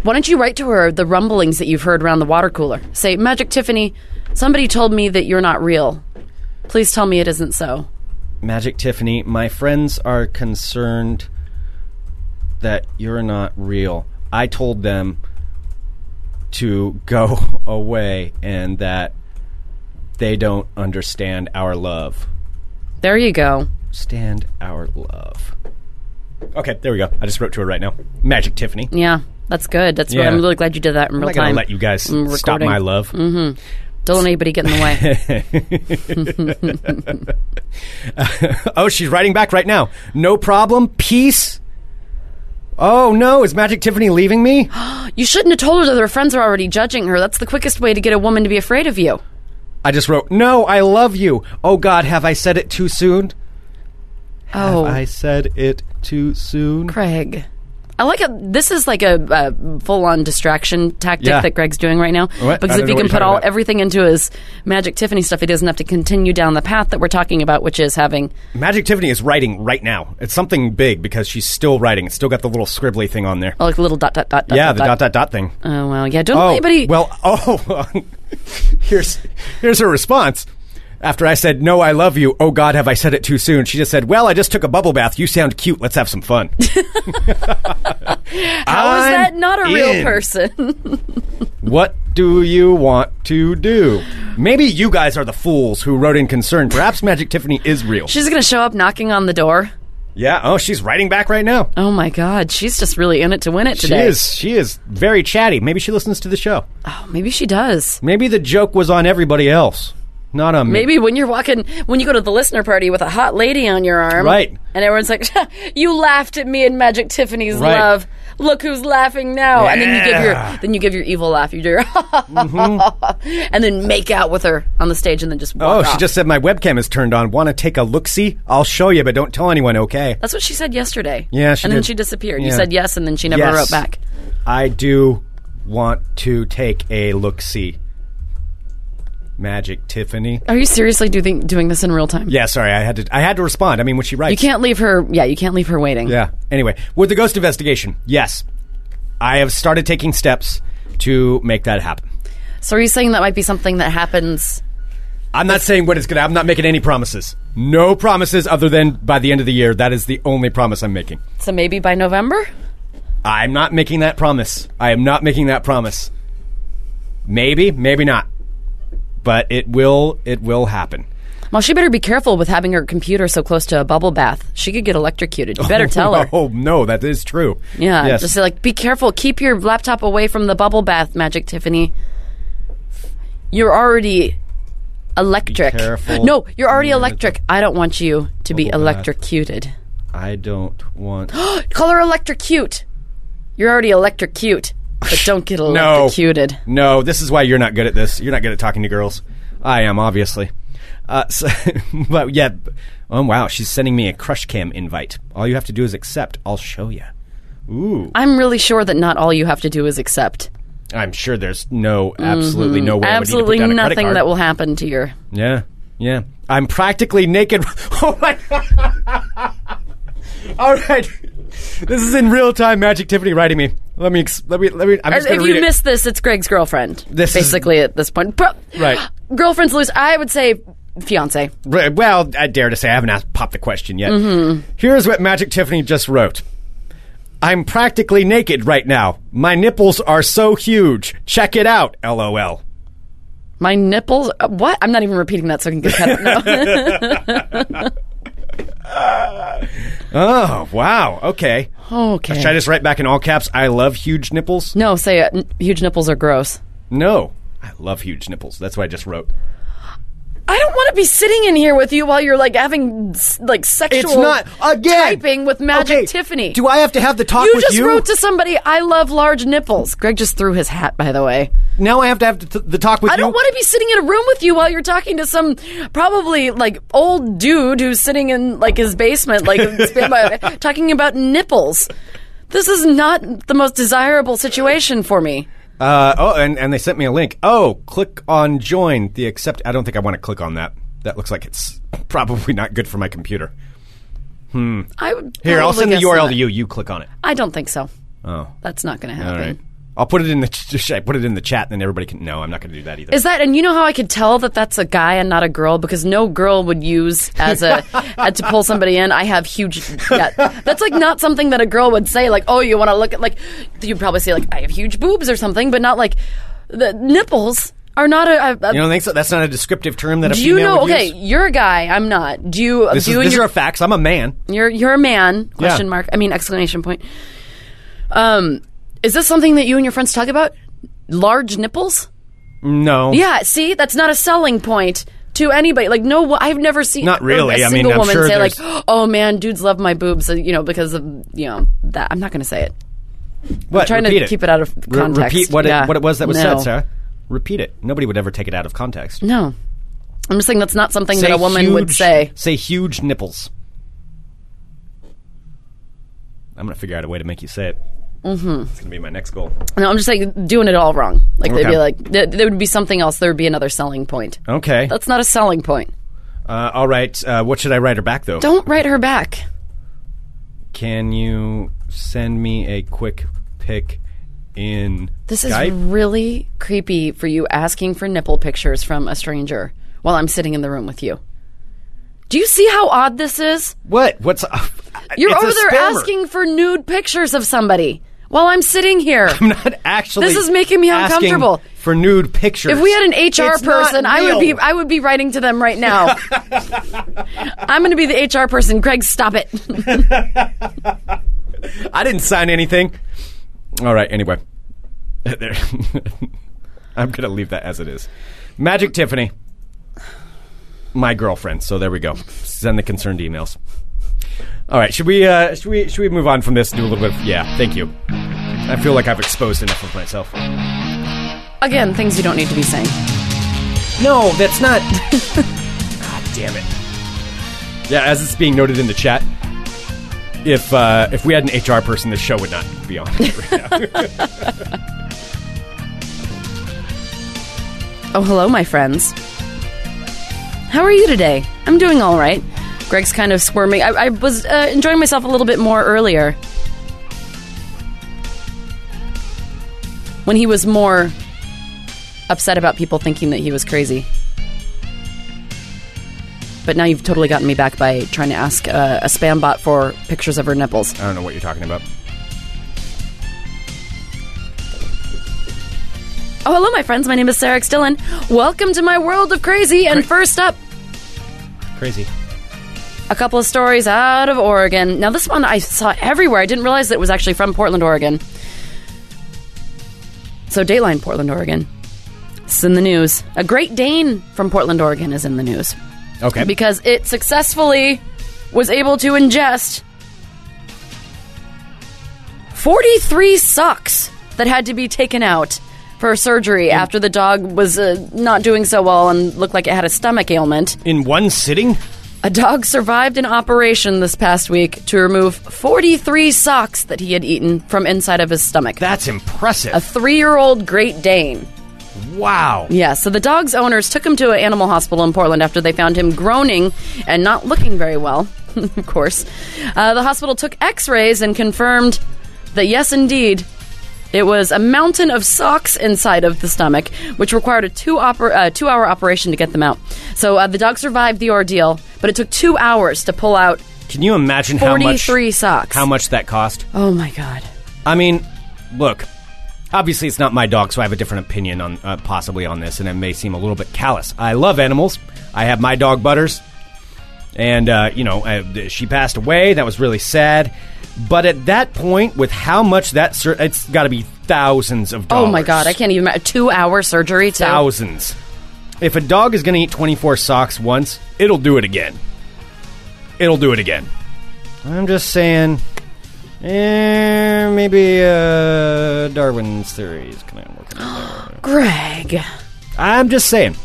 Speaker 7: Why don't you write to her the rumblings that you've heard around the water cooler? Say, Magic Tiffany, somebody told me that you're not real. Please tell me it isn't so.
Speaker 6: Magic Tiffany, my friends are concerned that you're not real. I told them to go [laughs] away and that they don't understand our love.
Speaker 7: There you go.
Speaker 6: Stand our love. Okay, there we go. I just wrote to her right now. Magic Tiffany.
Speaker 7: Yeah, that's good. That's
Speaker 6: Yeah.
Speaker 7: really, I'm really glad you did that in real
Speaker 6: I'm not gonna
Speaker 7: time.
Speaker 6: let you guys
Speaker 7: I'm mm,
Speaker 6: stop
Speaker 7: recording. Mm-hmm.
Speaker 6: my love.
Speaker 7: Don't let anybody get in the
Speaker 6: [laughs]
Speaker 7: way.
Speaker 6: Oh, she's writing back right now. No problem. Peace. Oh no, is Magic Tiffany
Speaker 7: [gasps]
Speaker 6: leaving me?
Speaker 7: you shouldn't have told her that her friends are already judging her. That's the quickest way to get a woman to be afraid of you.
Speaker 6: I just wrote, "No, I love you." Oh god, have I said it too soon?
Speaker 7: Oh,
Speaker 6: I said it too soon.
Speaker 7: Greg. I like a, this is like a, uh full-on distraction tactic
Speaker 6: Yeah.
Speaker 7: that Greg's doing right now.
Speaker 6: What? I
Speaker 7: Because if
Speaker 6: don't know
Speaker 7: he can
Speaker 6: what you're
Speaker 7: put
Speaker 6: talking
Speaker 7: all
Speaker 6: about.
Speaker 7: everything into his magic Tiffany stuff, he doesn't have to continue down the path that we're talking about, which is having
Speaker 6: Magic Tiffany is writing right now. It's something big because she's still writing. It's still got the little scribbly thing on there.
Speaker 7: oh, like little dot dot dot.
Speaker 6: yeah,
Speaker 7: dot,
Speaker 6: the dot dot dot thing.
Speaker 7: Oh well, yeah. Don't
Speaker 6: Oh,
Speaker 7: let anybody.
Speaker 6: well, [laughs] oh, here's here's her response. After I said, "No, I love you." Oh God, have I said it too soon? She just said, "Well, I just took a bubble bath. You sound cute. Let's have some fun."
Speaker 7: [laughs] how Oh, is that not a real
Speaker 6: in.
Speaker 7: person? [laughs]
Speaker 6: What do you want to do? Maybe you guys are the fools who wrote in concern. Perhaps Magic Tiffany is real.
Speaker 7: she's gonna show up knocking on the door.
Speaker 6: yeah. Oh, she's writing back right now.
Speaker 7: Oh my God, she's just really in it to win it
Speaker 6: She
Speaker 7: today.
Speaker 6: is. She is very chatty. Maybe she listens to the show.
Speaker 7: Maybe she does.
Speaker 6: Maybe the joke was on everybody else, not on me.
Speaker 7: Maybe when you're walking, when you go to the listener party with a hot lady on your arm,
Speaker 6: Right.
Speaker 7: And everyone's like, "You laughed at me and Magic Tiffany's
Speaker 6: Right.
Speaker 7: love. Look who's laughing now!" And then you give
Speaker 6: Yeah. Mm-hmm.
Speaker 7: your then you give your evil laugh. You do your, [laughs] and then make out with her on the stage, and then just
Speaker 6: Oh,
Speaker 7: walk
Speaker 6: she
Speaker 7: off.
Speaker 6: just said my webcam is turned on. Want to take a look? See, I'll show you, but don't tell anyone. Okay.
Speaker 7: That's what she said yesterday.
Speaker 6: Yeah, she
Speaker 7: and then
Speaker 6: did.
Speaker 7: she disappeared. You
Speaker 6: Yeah.
Speaker 7: said yes, and then she never
Speaker 6: Yes.
Speaker 7: wrote back.
Speaker 6: I do want to take a look. See, Magic Tiffany.
Speaker 7: Are you seriously doing doing this in real time?
Speaker 6: Yeah, sorry, I had to. I had to respond. I mean, when she writes,
Speaker 7: You can't leave her. Yeah, you can't leave her waiting.
Speaker 6: Yeah. Anyway, with the ghost investigation, yes, I have started taking steps to make that happen.
Speaker 7: So are you saying that might be something that happens?
Speaker 6: I'm not saying what it's gonna. I'm not making any promises. No promises other than by the end of the year. That is the only promise I'm making.
Speaker 7: So maybe by November.
Speaker 6: I'm not making that promise. I am not making that promise. Maybe, maybe not. But it will it will happen.
Speaker 7: Well, she better be careful with having her computer so close to a bubble bath. She could get electrocuted. You better tell her.
Speaker 6: [laughs] Oh no, that is true.
Speaker 7: Yeah,
Speaker 6: Yes.
Speaker 7: just say, like be careful. Keep your laptop away from the bubble bath, Magic Tiffany. You're already electric.
Speaker 6: Be careful.
Speaker 7: No, you're already
Speaker 6: Yeah,
Speaker 7: electric. I don't want you to be
Speaker 6: Bubble bath.
Speaker 7: electrocuted.
Speaker 6: I don't want [gasps]
Speaker 7: Call her electrocute. You're already electrocute, but don't
Speaker 6: [laughs]
Speaker 7: get electrocuted.
Speaker 6: No, this is why you're not good at this. You're not good at talking to girls. I am, obviously. Uh, [laughs] so, but yeah, b- oh wow, she's sending me a crush cam invite. All you have to do is accept. I'll show you. Ooh,
Speaker 7: I'm really sure that not all you have to do is accept.
Speaker 6: I'm sure there's no, absolutely no way. I would need to put
Speaker 7: Mm-hmm. Absolutely
Speaker 6: down a credit
Speaker 7: nothing
Speaker 6: card.
Speaker 7: that will happen to your
Speaker 6: Yeah, yeah. I'm practically naked. [laughs] Oh my god! All right, this is in real time. Magic Tiffany writing me. Let me ex- let me let me. I'm just gonna
Speaker 7: if
Speaker 6: read
Speaker 7: you
Speaker 6: it.
Speaker 7: missed this, it's Greg's girlfriend.
Speaker 6: This is-
Speaker 7: basically at this point, Pro-
Speaker 6: Right.
Speaker 7: Girlfriend's loose. I would say fiance.
Speaker 6: Right, Well, I dare to say I haven't asked, popped the question yet.
Speaker 7: Mm-hmm.
Speaker 6: Here's what Magic Tiffany just wrote. I'm practically naked right now. My nipples are so huge. Check it out. LOL.
Speaker 7: My nipples. uh, What? I'm not even repeating that so I can get cut.
Speaker 6: [laughs]
Speaker 7: No.
Speaker 6: Oh wow. Okay.
Speaker 7: okay.
Speaker 6: Should I just write back in all caps? I love huge nipples.
Speaker 7: no, say it. N- huge nipples are gross.
Speaker 6: No, I love huge nipples. That's what I just wrote.
Speaker 7: I don't want to be sitting in here with you while you're like having s- like sexual.
Speaker 6: It's not again
Speaker 7: typing with Magic
Speaker 6: Okay,
Speaker 7: Tiffany.
Speaker 6: Do I have to have the talk
Speaker 7: you
Speaker 6: with
Speaker 7: just
Speaker 6: you?
Speaker 7: wrote to somebody. I love large nipples. Greg just threw his hat. By the way,
Speaker 6: now I have to have the, the talk with
Speaker 7: I
Speaker 6: you.
Speaker 7: don't want to be sitting in a room with you while you're talking to some probably like old dude who's sitting in like his basement,
Speaker 6: [laughs]
Speaker 7: like spin by- talking about nipples. This is not the most desirable situation for me.
Speaker 6: Uh, oh, and, and they sent me a link. Oh, click on join the accept. I don't think I want to click on that. That looks like it's [laughs] probably not good for my computer.
Speaker 7: I would
Speaker 6: Here, I'll
Speaker 7: probably
Speaker 6: send the
Speaker 7: guess
Speaker 6: URL
Speaker 7: not.
Speaker 6: to you. You click on it.
Speaker 7: I don't think so.
Speaker 6: Oh,
Speaker 7: That's not going to
Speaker 6: all
Speaker 7: happen.
Speaker 6: right. I'll put it in the ch- I put it in the chat, and then everybody can. No, I'm not going to do that either.
Speaker 7: Is that and you know how I could tell that that's a guy and not a girl because no girl would use as a uh, to pull somebody in. I have huge. That, that's like not something that a girl would say. Like, oh, you want to look at like you'd probably say like I have huge boobs or something, but not like the nipples are not a. a, a
Speaker 6: you don't think so? That's not a descriptive term that a
Speaker 7: do you
Speaker 6: female
Speaker 7: know?
Speaker 6: would
Speaker 7: Okay,
Speaker 6: use?
Speaker 7: you're a guy. I'm not. Do you?
Speaker 6: This
Speaker 7: do
Speaker 6: is,
Speaker 7: you and
Speaker 6: these
Speaker 7: your-
Speaker 6: are facts. I'm a man.
Speaker 7: you're you're a man? Question mark. I mean exclamation point. Um, is this something that you and your friends talk about? Large nipples.
Speaker 6: No.
Speaker 7: Yeah, see, that's not a selling point to anybody. Like, no, wo- I've never seen
Speaker 6: Not really.
Speaker 7: A
Speaker 6: I mean,
Speaker 7: single
Speaker 6: I'm
Speaker 7: woman
Speaker 6: sure
Speaker 7: say like,
Speaker 6: there's-
Speaker 7: "Oh man, dudes love my boobs," uh, you know, because of you know that. I'm not going to say it.
Speaker 6: What?
Speaker 7: trying to
Speaker 6: Repeat it.
Speaker 7: keep it out of
Speaker 6: Re-
Speaker 7: context.
Speaker 6: repeat what
Speaker 7: Yeah.
Speaker 6: it, what it was that was
Speaker 7: No.
Speaker 6: said, Sarah. Repeat it. Nobody would ever take it out of context.
Speaker 7: No, I'm just saying that's not something
Speaker 6: Say
Speaker 7: that a woman would
Speaker 6: huge-
Speaker 7: say.
Speaker 6: Say huge nipples. I'm gonna figure out a way to make you say it. Mm-hmm. It's gonna be my next goal.
Speaker 7: No, I'm just saying doing it all wrong. Like they'd
Speaker 6: Okay.
Speaker 7: be like, th- there would be something else. There would be another selling point.
Speaker 6: Okay.
Speaker 7: That's not a selling point.
Speaker 6: Uh, all right. Uh, what should I write her back though?
Speaker 7: Don't write her back.
Speaker 6: Can you send me a quick pic in
Speaker 7: This is
Speaker 6: Skype?
Speaker 7: really creepy for you asking for nipple pictures from a stranger while I'm sitting in the room with you. Do you see how odd this is?
Speaker 6: what? What's up?
Speaker 7: You're
Speaker 6: It's a
Speaker 7: over there
Speaker 6: spammer.
Speaker 7: asking for nude pictures of somebody while I'm sitting here.
Speaker 6: I'm [laughs] not actually.
Speaker 7: This is making me
Speaker 6: asking
Speaker 7: uncomfortable.
Speaker 6: For nude pictures.
Speaker 7: if we had an HR
Speaker 6: It's not
Speaker 7: person, I would be
Speaker 6: real.
Speaker 7: I would be writing to them right
Speaker 6: [laughs]
Speaker 7: now. I'm going to be the HR person. Greg, stop it. [laughs]
Speaker 6: I didn't sign anything. All right, anyway. [laughs] There. I'm going to leave that as it is. Magic Tiffany. My girlfriend. So there we go. Send the concerned emails. All right, should we uh should we should we move on from this and do a little bit of Yeah, thank you. I feel like I've exposed enough of myself.
Speaker 7: Again, things you don't need to be saying.
Speaker 6: No, that's not [laughs] God damn it. Yeah, as it's being noted in the chat, if uh if we had an HR person, the show would not be on [laughs] right now.
Speaker 7: Oh, hello, my friends. How are you today? I'm doing all right. Greg's kind of squirming. I, I was uh, enjoying myself a little bit more earlier. When he was more upset about people thinking that he was crazy. But now you've totally gotten me back by trying to ask uh, a spam bot for pictures of her nipples.
Speaker 6: I don't know what you're talking about.
Speaker 7: Oh, hello, my friends. My name is Sarah X. Dillon. Welcome to my world of crazy. And first up,
Speaker 6: Crazy.
Speaker 7: a couple of stories out of Oregon. Now, this one I saw everywhere. I didn't realize that it was actually from Portland, Oregon. So, Dayline, Portland, Oregon. It's in the news. A Great Dane from Portland, Oregon is in the news
Speaker 6: Okay.
Speaker 7: because it successfully was able to ingest 43 sucks that had to be taken out for surgery after the dog was uh, not doing so well and looked like it had a stomach ailment.
Speaker 6: in one sitting?
Speaker 7: A dog survived an operation this past week to remove 43 socks that he had eaten from inside of his stomach.
Speaker 6: That's
Speaker 7: a
Speaker 6: impressive.
Speaker 7: three year old Great Dane.
Speaker 6: Wow.
Speaker 7: Yeah, so the dog's owners took him to an animal hospital in Portland after they found him groaning and not looking very well, [laughs] of course. Uh, the hospital took x rays and confirmed that, yes, indeed, it was a mountain of socks inside of the stomach, which required a two, oper- uh, two hour operation to get them out. So uh, the dog survived the ordeal, but it took two hours to pull out
Speaker 6: Can you imagine how much
Speaker 7: 43 socks.
Speaker 6: how much that cost?
Speaker 7: Oh my god.
Speaker 6: I mean, look, Obviously, it's not my dog, so I have a different opinion on uh, possibly on this, and it may seem a little bit callous. I love animals. I have my dog Butters, and uh, you know I, she passed away. That was really sad. But at that point, with how much that sur- it's got to be thousands of dollars.
Speaker 7: Oh my god, I can't even. A two-hour surgery too.
Speaker 6: Thousands. If a dog is going to eat twenty four socks once, it'll do it again. It'll do it again. I'm just saying. Eh, maybe uh, Darwin's theories can I work on.
Speaker 7: Greg.
Speaker 6: I'm just saying.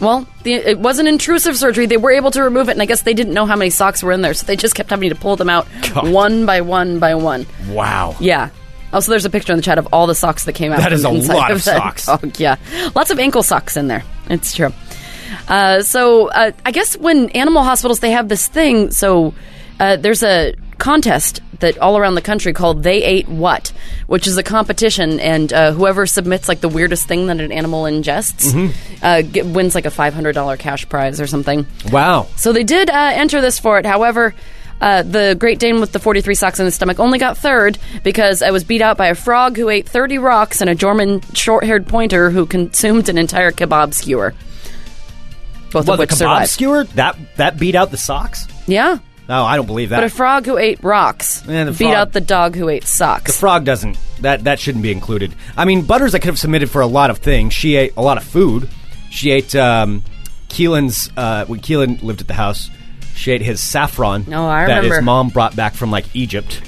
Speaker 7: Well, the, it was an intrusive surgery. They were able to remove it, and I guess they didn't know how many socks were in there, so they just kept having to pull them out
Speaker 6: God.
Speaker 7: one by one by one.
Speaker 6: Wow.
Speaker 7: Yeah. Also, there's a picture in the chat of all the socks that came out.
Speaker 6: That is
Speaker 7: from
Speaker 6: a
Speaker 7: the inside
Speaker 6: lot of
Speaker 7: that
Speaker 6: socks.
Speaker 7: dog. Yeah, lots of ankle socks in there. It's true. Uh, so uh, I guess when animal hospitals they have this thing. So uh, there's a contest that all around the country called "They Ate What," which is a competition, and uh, whoever submits like the weirdest thing that an animal ingests
Speaker 6: Mm-hmm.
Speaker 7: uh, get, wins like a five hundred dollar cash prize or something.
Speaker 6: Wow.
Speaker 7: So they did uh, enter this for it. However, uh, the Great Dane with the 43 socks in his stomach only got third because I was beat out by a frog who ate 30 rocks and a German short haired pointer who consumed an entire kebab skewer. Both
Speaker 6: Well,
Speaker 7: of
Speaker 6: the
Speaker 7: which
Speaker 6: kebab
Speaker 7: survived.
Speaker 6: skewer that that beat out the socks.
Speaker 7: yeah.
Speaker 6: No, I don't believe that.
Speaker 7: But a frog who ate rocks
Speaker 6: Yeah, the
Speaker 7: beat
Speaker 6: frog-
Speaker 7: out the dog who ate
Speaker 6: the
Speaker 7: socks.
Speaker 6: frog doesn't. That that shouldn't be included. I mean, Butters I could have submitted for a lot of things. She ate a lot of food. She ate um, Keelan's uh, when Keelan lived at the house. She ate his saffron.
Speaker 7: No, I
Speaker 6: That
Speaker 7: remember.
Speaker 6: his mom brought back from like Egypt.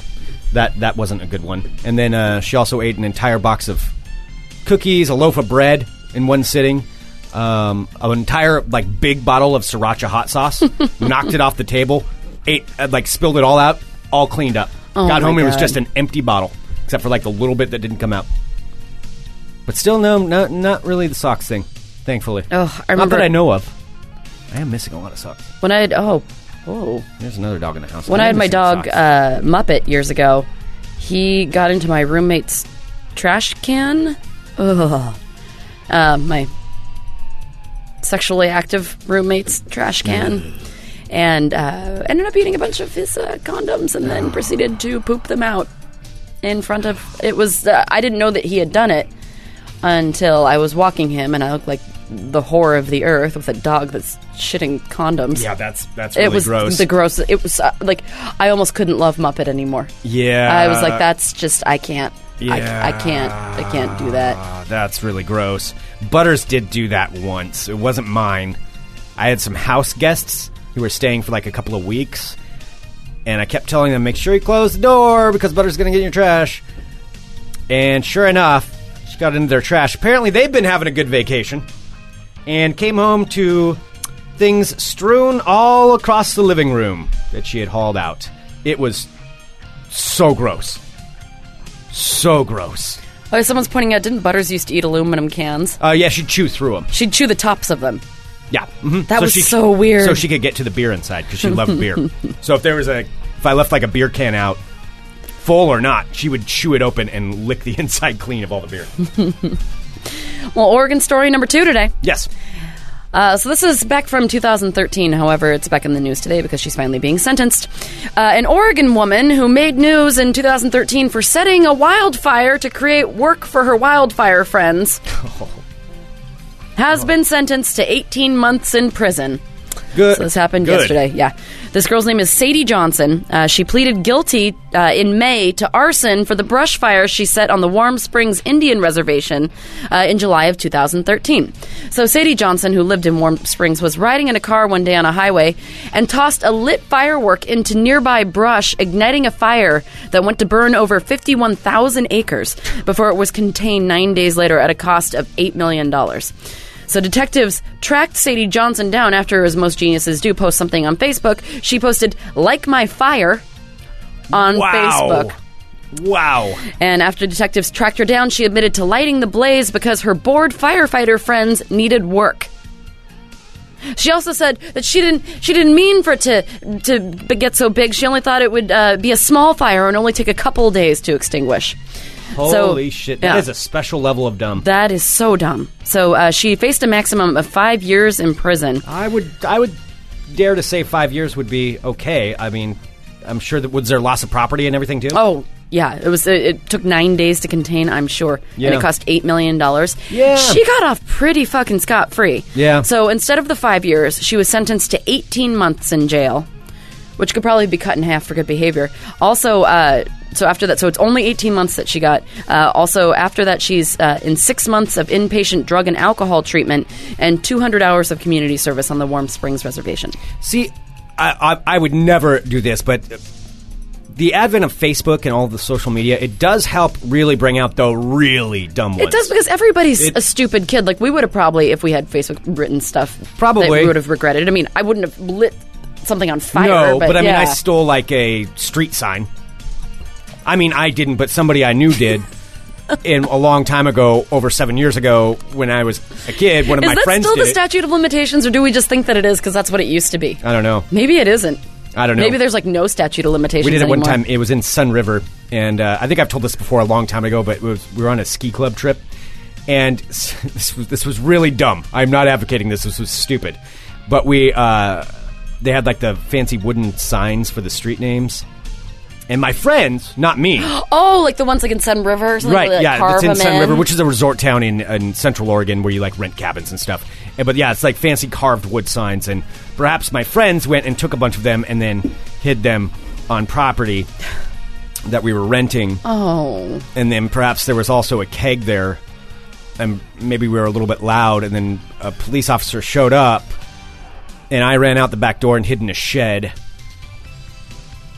Speaker 6: That that wasn't a good one. And then uh, she also ate an entire box of cookies, a loaf of bread in one sitting, um, an entire like big bottle of sriracha
Speaker 7: [laughs]
Speaker 6: hot sauce, knocked it off the table, ate uh, like spilled it all out, all cleaned up. Got
Speaker 7: Oh my
Speaker 6: home, it was
Speaker 7: God.
Speaker 6: just an empty bottle, except for like the little bit that didn't come out. But still, no, not not really the socks thing, thankfully.
Speaker 7: Ugh, I remember-
Speaker 6: not that I know of. I am missing a lot of socks.
Speaker 7: When I had, oh, oh.
Speaker 6: There's another dog in the house.
Speaker 7: When I, had
Speaker 6: am
Speaker 7: my
Speaker 6: missing
Speaker 7: dog
Speaker 6: socks.
Speaker 7: uh, Muppet years ago, he got into my roommate's trash can. Ugh. Uh, my sexually active roommate's trash
Speaker 6: Mm.
Speaker 7: can. And uh, ended up eating a bunch of his uh, condoms and then proceeded to poop them out in front of. It was. Uh, I didn't know that he had done it until I was walking him and I looked like the whore of the earth with a dog that's shitting condoms
Speaker 6: yeah, that's that's really
Speaker 7: it was
Speaker 6: gross.
Speaker 7: the gross. It was uh, like I almost couldn't love Muppet anymore.
Speaker 6: yeah,
Speaker 7: I was like, that's just I can't. I, I can't. I can't do that.
Speaker 6: Ah, That's really gross. Butters did do that once. It wasn't mine. I had some house guests who were staying for like a couple of weeks, and I kept telling them, make sure you close the door because Butters going to get in your trash. And sure enough, she got into their trash. Apparently, they've been having a good vacation and came home to things strewn all across the living room that she had hauled out. It was so gross. So gross.
Speaker 7: Oh, someone's pointing out. Didn't Butters used to eat aluminum cans?
Speaker 6: Uh, yeah, she'd chew through them.
Speaker 7: She'd chew the tops of them.
Speaker 6: Yeah, hmm
Speaker 7: That was so weird.
Speaker 6: So she could get to the beer inside because she
Speaker 7: [laughs]
Speaker 6: loved beer. So if there was a, if I left like a beer can out, full or not, she would chew it open and lick the [laughs] inside clean of all the beer.
Speaker 7: Well, Oregon story number two today.
Speaker 6: yes,
Speaker 7: Uh, so this is back from 2013. However, it's back in the news today because she's finally being sentenced. Uh, an Oregon woman who made news in 2013 for setting a wildfire to create work for her wildfire friends has been sentenced to 18 months in prison.
Speaker 6: good.
Speaker 7: So this happened
Speaker 6: Good.
Speaker 7: yesterday. Yeah, this girl's name is Sadie Johnson. Uh, she pleaded guilty uh, in May to arson for the brush fire she set on the Warm Springs Indian Reservation uh, in July of 2013. So Sadie Johnson, who lived in Warm Springs, was riding in a car one day on a highway and tossed a lit firework into nearby brush, igniting a fire that went to burn over 51,000 acres before it was contained nine days later at a cost of eight million dollars. So detectives tracked Sadie Johnson down after, as most geniuses do, post something on Facebook. She posted "Like My Fire" on
Speaker 6: Wow.
Speaker 7: Facebook,
Speaker 6: Wow.
Speaker 7: and after detectives tracked her down, she admitted to lighting the blaze because her bored firefighter friends needed work. She also said that she didn't she didn't mean for it to to b- get so big. She only thought it would uh, be a small fire and only take a couple days to extinguish. So-
Speaker 6: Holy shit! That
Speaker 7: yeah.
Speaker 6: is a special level of dumb.
Speaker 7: That is so dumb. So uh, she faced a maximum of five years in prison.
Speaker 6: I would, I would dare to say five years would be okay. I mean, I'm sure that was there loss of property and everything too.
Speaker 7: Oh, yeah, it was. It, it took nine days to contain. I'm sure, and
Speaker 6: Yeah.
Speaker 7: it cost eight million dollars.
Speaker 6: Yeah.
Speaker 7: she got off pretty fucking scot free.
Speaker 6: Yeah.
Speaker 7: So instead of the five years, she was sentenced to 18 months in jail, which could probably be cut in half for good behavior. Also, uh, so after that, so it's only 18 months that she got. Uh, also, after that, she's uh, in six months of inpatient drug and alcohol treatment and 200 hours of community service on the Warm Springs Reservation.
Speaker 6: See, I, I, I would never do this, but the advent of Facebook and all the social media, it does help really bring out the really dumb ones.
Speaker 7: It does because everybody's
Speaker 6: It-
Speaker 7: a stupid kid. Like we would have probably, if we had Facebook written stuff,
Speaker 6: Probably.
Speaker 7: that we would have regretted. I mean, I wouldn't have lit something on fire.
Speaker 6: no, but, I mean,
Speaker 7: yeah.
Speaker 6: I stole like a street sign. I mean, I didn't, but somebody I
Speaker 7: [laughs]
Speaker 6: knew did. In a long time ago, over seven years ago, when I was a kid, one of
Speaker 7: Is
Speaker 6: my
Speaker 7: that
Speaker 6: friends
Speaker 7: still
Speaker 6: did
Speaker 7: the
Speaker 6: it.
Speaker 7: statute of limitations, or do we just think that it is because that's what it used to be?
Speaker 6: I don't know.
Speaker 7: Maybe it isn't.
Speaker 6: I don't know.
Speaker 7: Maybe there's like no statute of limitations.
Speaker 6: We did it one
Speaker 7: anymore.
Speaker 6: time. It was in Sun River, and uh, I think I've told this before a long time ago, but it was, we were on a ski club trip, and [laughs] s- this was this was really dumb. I'm not advocating this. This was stupid, but we uh, they had like the fancy wooden signs for the street names, and my friends, not me,
Speaker 7: Oh, like the ones like in Sun River, or something
Speaker 6: right?
Speaker 7: where they, like,
Speaker 6: yeah,
Speaker 7: carve
Speaker 6: it's in
Speaker 7: them
Speaker 6: Sun River, which is a resort town in, in Central Oregon where you like rent cabins and stuff. And- but yeah, it's like fancy carved wood signs, and perhaps my friends went and took a bunch of them and then hid them on property that we were renting,
Speaker 7: oh,
Speaker 6: and then perhaps there was also a keg there, and maybe we were a little bit loud, and then a police officer showed up, and I ran out the back door and hid in a shed.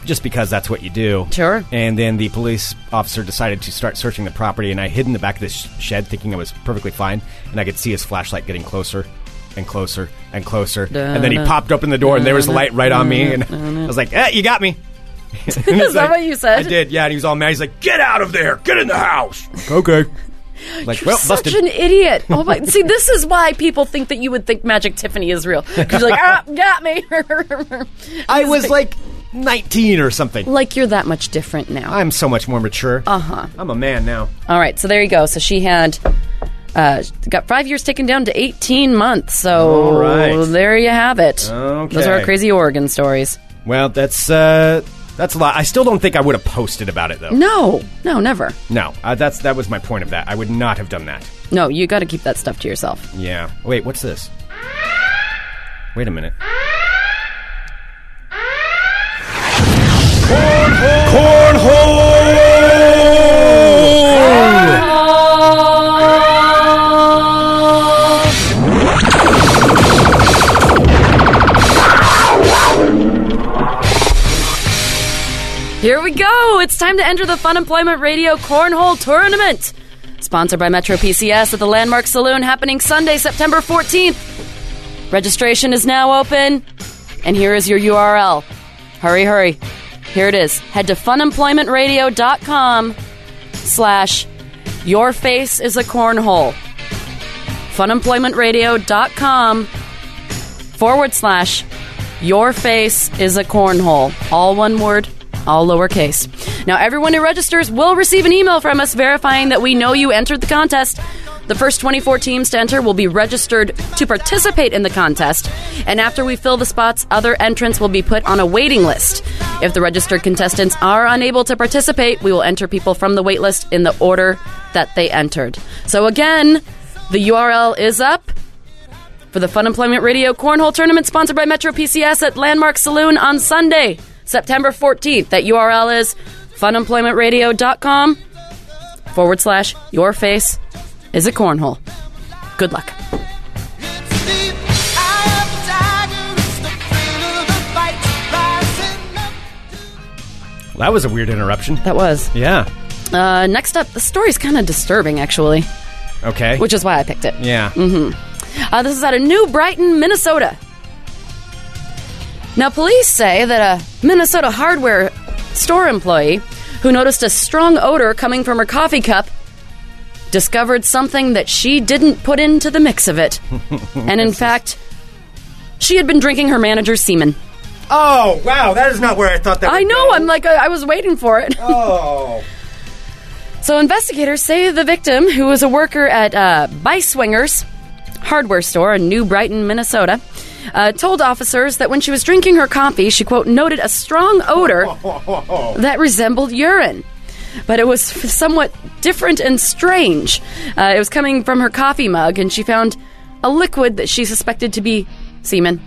Speaker 6: Just because that's what you do.
Speaker 7: Sure.
Speaker 6: And then the police officer decided to start searching the property, and I hid in the back of this sh- shed thinking I was perfectly fine, and I could see his flashlight getting closer and closer and closer. and then he popped open the door, and there was the light right on me, and I was like, eh, you got me. Is [laughs]
Speaker 7: Is that what you said?
Speaker 6: I did, yeah. And he was all mad. He's like, "Get out of there! Get in the house!" okay. [laughs] Like, well,
Speaker 7: such
Speaker 6: busted.
Speaker 7: an idiot. Oh my! See, this is why people think that you would think Magic Tiffany is real. 'Cause you're like, ah, got me. [laughs]
Speaker 6: I was like 19 or something.
Speaker 7: like you're that much different now.
Speaker 6: I'm so much more mature. Uh huh.
Speaker 7: Uh-huh.
Speaker 6: I'm a man now.
Speaker 7: All right, so there you go. So she had uh, got five years taken down to 18 months. So
Speaker 6: All right.
Speaker 7: there you have it.
Speaker 6: Okay.
Speaker 7: Those are our crazy Oregon stories.
Speaker 6: Well, that's uh, that's a lot. I still don't think I would have posted about it though.
Speaker 7: No, no, never.
Speaker 6: No, uh, that's that was my point of that. I would not have done that.
Speaker 7: No, you got to keep that stuff to yourself.
Speaker 6: Yeah. Wait, what's this? Wait a minute.
Speaker 7: Here we go. It's time to enter the Fun Employment Radio Cornhole Tournament. Sponsored by Metro PCS at the Landmark Saloon, happening Sunday, September 14th. Registration is now open. And here is your URL. Hurry, hurry. Here it is. Head to funemploymentradio.com slash your face is a cornhole. Funemploymentradio.com forward slash your face is a cornhole. All one word, all lowercase. Now, everyone who registers will receive an email from us verifying that we know you entered the contest. The first 24 teams to enter will be registered to participate in the contest, and after we fill the spots, other entrants will be put on a waiting list. If the registered contestants are unable to participate, we will enter people from the wait list in the order that they entered. So, again, the URL is up for the Fun Employment Radio Cornhole Tournament sponsored by Metro PCS at Landmark Saloon on Sunday, September 14th. That URL is funemploymentradio.com forward slash your face is a cornhole. Good luck.
Speaker 6: Well, that was a weird interruption.
Speaker 7: That was.
Speaker 6: Yeah.
Speaker 7: Uh, next up, the story's kind of disturbing, actually,
Speaker 6: Okay.
Speaker 7: which is why I picked it.
Speaker 6: Yeah.
Speaker 7: Uh, this is out of New Brighton, Minnesota. Now, police say that a Minnesota hardware store employee who noticed a strong odor coming from her coffee cup discovered something that she didn't put into the mix of it. and in fact, she had been drinking her manager's semen.
Speaker 6: Oh wow, that is not where I thought that.
Speaker 7: I
Speaker 6: would
Speaker 7: know,
Speaker 6: go.
Speaker 7: I'm like, I, I was waiting for it. [laughs]
Speaker 6: Oh.
Speaker 7: So investigators say the victim, who was a worker at uh, Biswingers hardware store in New Brighton, Minnesota, uh, told officers that when she was
Speaker 6: [laughs]
Speaker 7: drinking her coffee, she quote noted a strong odor that resembled urine. but it was somewhat different and strange. Uh, it was coming from her coffee mug, and she found a liquid that she suspected to be semen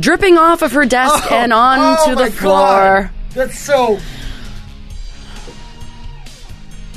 Speaker 7: dripping off of her desk and onto
Speaker 6: [laughs] oh my
Speaker 7: the floor.
Speaker 6: That's so.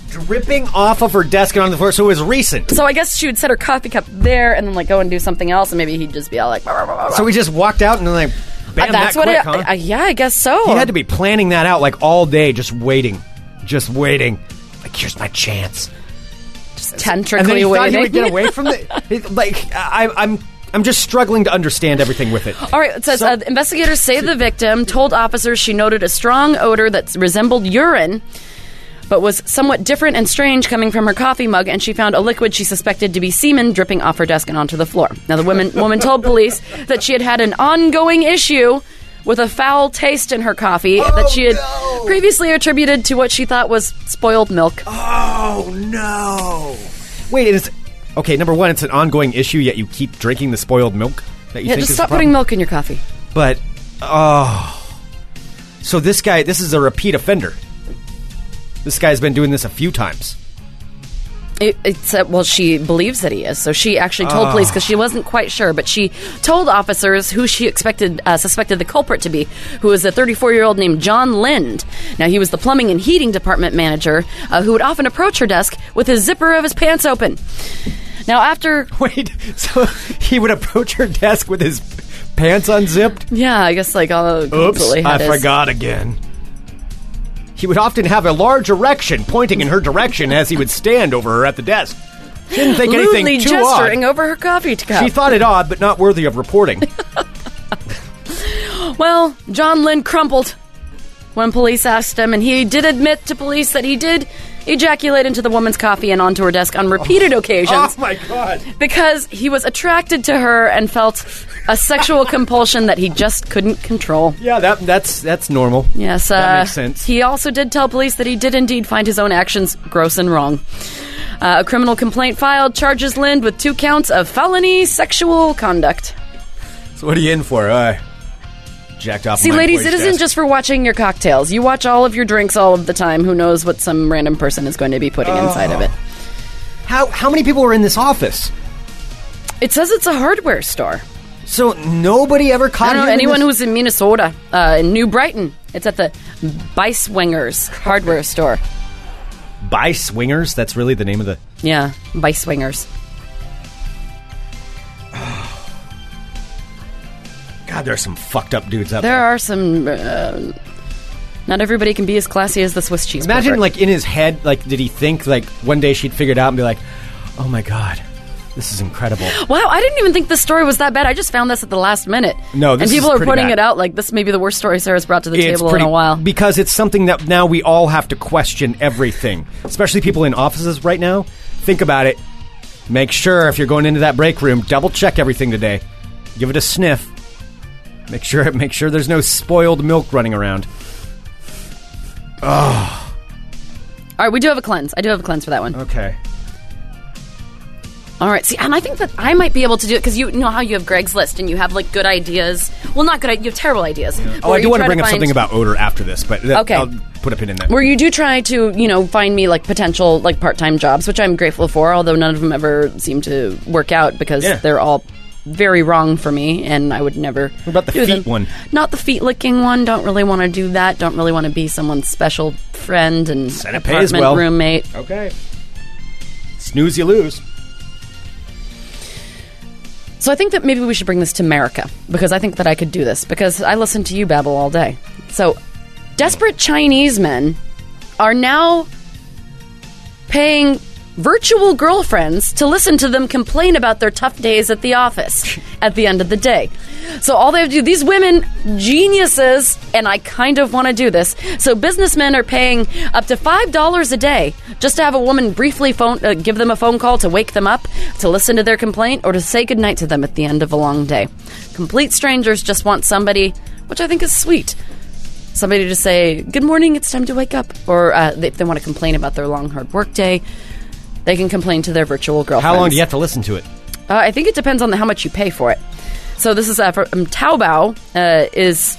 Speaker 6: Dripping off of her desk and on the floor, so it was recent.
Speaker 7: So I guess she would set her coffee cup there and then like go and do something else, and maybe he'd just be all like, "Bah, bah, bah, bah, bah."
Speaker 6: So we just walked out and then like, bam,
Speaker 7: Uh, that's
Speaker 6: that
Speaker 7: what
Speaker 6: quick,
Speaker 7: it.
Speaker 6: huh?
Speaker 7: I- I- yeah, I guess so.
Speaker 6: He had to be planning that out like all day, just waiting, just waiting. Like here's my chance, and then
Speaker 7: Tantrically
Speaker 6: he thought
Speaker 7: waiting.
Speaker 6: he would get away
Speaker 7: [laughs]
Speaker 6: from the. it- like I, I'm, I'm just struggling to understand everything with it.
Speaker 7: All right, it says
Speaker 6: So-
Speaker 7: uh, investigators say the victim told officers she noted a strong odor that resembled urine, but was somewhat different and strange coming from her coffee mug, and she found a liquid she suspected to be semen dripping off her desk and onto the floor. Now, the woman woman told police that she had had an ongoing issue with a foul taste in her coffee
Speaker 6: Oh,
Speaker 7: that she had previously attributed to what she thought was spoiled milk.
Speaker 6: Oh no! Wait, it's okay. Number one, it's an ongoing issue. Yet you keep drinking the spoiled milk that you
Speaker 7: yeah, just
Speaker 6: think is the
Speaker 7: stop putting
Speaker 6: problem?
Speaker 7: milk in your coffee.
Speaker 6: But oh, so this guy, this is a repeat offender. This guy's been doing this a few times. [laughs]
Speaker 7: It, it's uh, well, she believes that he is, so she actually told
Speaker 6: Ah.
Speaker 7: police because she wasn't quite sure, but she told officers who she expected uh, suspected the culprit to be, who was a 34 year old named John Lind. Now he was the plumbing and heating department manager uh, who would often approach her desk with his zipper of his pants open. Now after,
Speaker 6: Wait, so he would approach her desk with his pants unzipped.
Speaker 7: yeah, I guess like all
Speaker 6: Oops,
Speaker 7: absolutely
Speaker 6: I
Speaker 7: had his-
Speaker 6: forgot again. He would often have a large erection pointing in her direction as he would stand over her at the desk. She didn't think anything
Speaker 7: Lewdly
Speaker 6: too odd.
Speaker 7: gesturing over her coffee cup.
Speaker 6: She thought it odd, but not worthy
Speaker 7: [laughs]
Speaker 6: of reporting.
Speaker 7: Well, John Lynn crumpled when police asked him, and he did admit to police that he did ejaculate into the woman's coffee and onto her desk on
Speaker 6: Oh.
Speaker 7: repeated occasions
Speaker 6: my god!
Speaker 7: because he was attracted to her and felt a sexual compulsion that he just couldn't control.
Speaker 6: Yeah, that that's that's normal.
Speaker 7: Yes, uh,
Speaker 6: That makes sense.
Speaker 7: He also did tell police that he did indeed find his own actions gross and wrong. Uh, a criminal complaint filed charges Lind with two counts of felony sexual conduct.
Speaker 6: So what are you in for? Uh, jacked off.
Speaker 7: See,
Speaker 6: my
Speaker 7: ladies, it
Speaker 6: employee's
Speaker 7: isn't
Speaker 6: desk.
Speaker 7: just for watching your cocktails. You watch all of your drinks all of the time. Who knows what some random person is going to be putting
Speaker 6: Oh.
Speaker 7: inside of it?
Speaker 6: how how many people were in this office?
Speaker 7: It says it's a hardware store.
Speaker 6: So nobody ever
Speaker 7: I
Speaker 6: caught
Speaker 7: don't
Speaker 6: him
Speaker 7: know
Speaker 6: in
Speaker 7: anyone
Speaker 6: this-
Speaker 7: who's in Minnesota, uh, in New Brighton. It's at the Beiswinger's hardware store.
Speaker 6: by swingers. That's really the name of the.
Speaker 7: Yeah, Beiswinger's.
Speaker 6: God, there are some fucked up dudes out
Speaker 7: There
Speaker 6: there.
Speaker 7: are some. Uh, not everybody can be as classy as the Swiss cheese.
Speaker 6: Imagine like in his head, like did he think like one day she'd figure it out and be like, oh my god, this is incredible.
Speaker 7: Wow, I didn't even think this story was that bad. I just found this at the last minute.
Speaker 6: No, this
Speaker 7: and
Speaker 6: is
Speaker 7: people are
Speaker 6: pretty
Speaker 7: putting
Speaker 6: bad.
Speaker 7: it out like this may be the worst story Sarah's brought to the
Speaker 6: it's
Speaker 7: table
Speaker 6: pretty
Speaker 7: in a while.
Speaker 6: because it's something that now we all have to question everything, especially people in offices right now. Think about it. Make sure if you're going into that break room, double check everything today. Give it a sniff. Make sure [laughs] make sure there's no spoiled milk running around.
Speaker 7: All right, we do have a cleanse. I do have a cleanse for that one.
Speaker 6: Okay.
Speaker 7: All right. See, and I think that I might be able to do it because you know how you have Greg's list and you have like good ideas. Well, not good. i- You have terrible ideas.
Speaker 6: Oh,
Speaker 7: Where
Speaker 6: I do
Speaker 7: you
Speaker 6: want
Speaker 7: try
Speaker 6: to bring up
Speaker 7: find-
Speaker 6: something about odor after this, but that,
Speaker 7: Okay.
Speaker 6: I'll put a pin in that.
Speaker 7: where you do try to you know find me like potential like part time jobs, which I'm grateful for. Although none of them ever seem to work out because
Speaker 6: Yeah.
Speaker 7: they're all very wrong for me, and I would never. What
Speaker 6: about the feet one?
Speaker 7: Not the feet licking one. Don't really want to do that. Don't really want to be someone's special friend and
Speaker 6: Said it
Speaker 7: apartment
Speaker 6: pays well.
Speaker 7: roommate.
Speaker 6: okay. Snooze, you lose.
Speaker 7: So I think that maybe we should bring this to America because I think that I could do this because I listen to you babble all day. So desperate Chinese men are now paying virtual girlfriends to listen to them complain about their tough days at the office at the end of the day. So all they have to do these women geniuses and I kind of want to do this. So businessmen are paying up to $5 a day just to have a woman briefly phone uh, give them a phone call to wake them up, to listen to their complaint or to say goodnight to them at the end of a long day. Complete strangers just want somebody, which I think is sweet somebody to say good morning it's time to wake up or uh, if they want to complain about their long hard work day they can complain to their virtual girlfriend
Speaker 6: How long do you have to listen to it?
Speaker 7: uh, i think it depends on the, how much you pay for it so this is uh, from um, taobao uh, is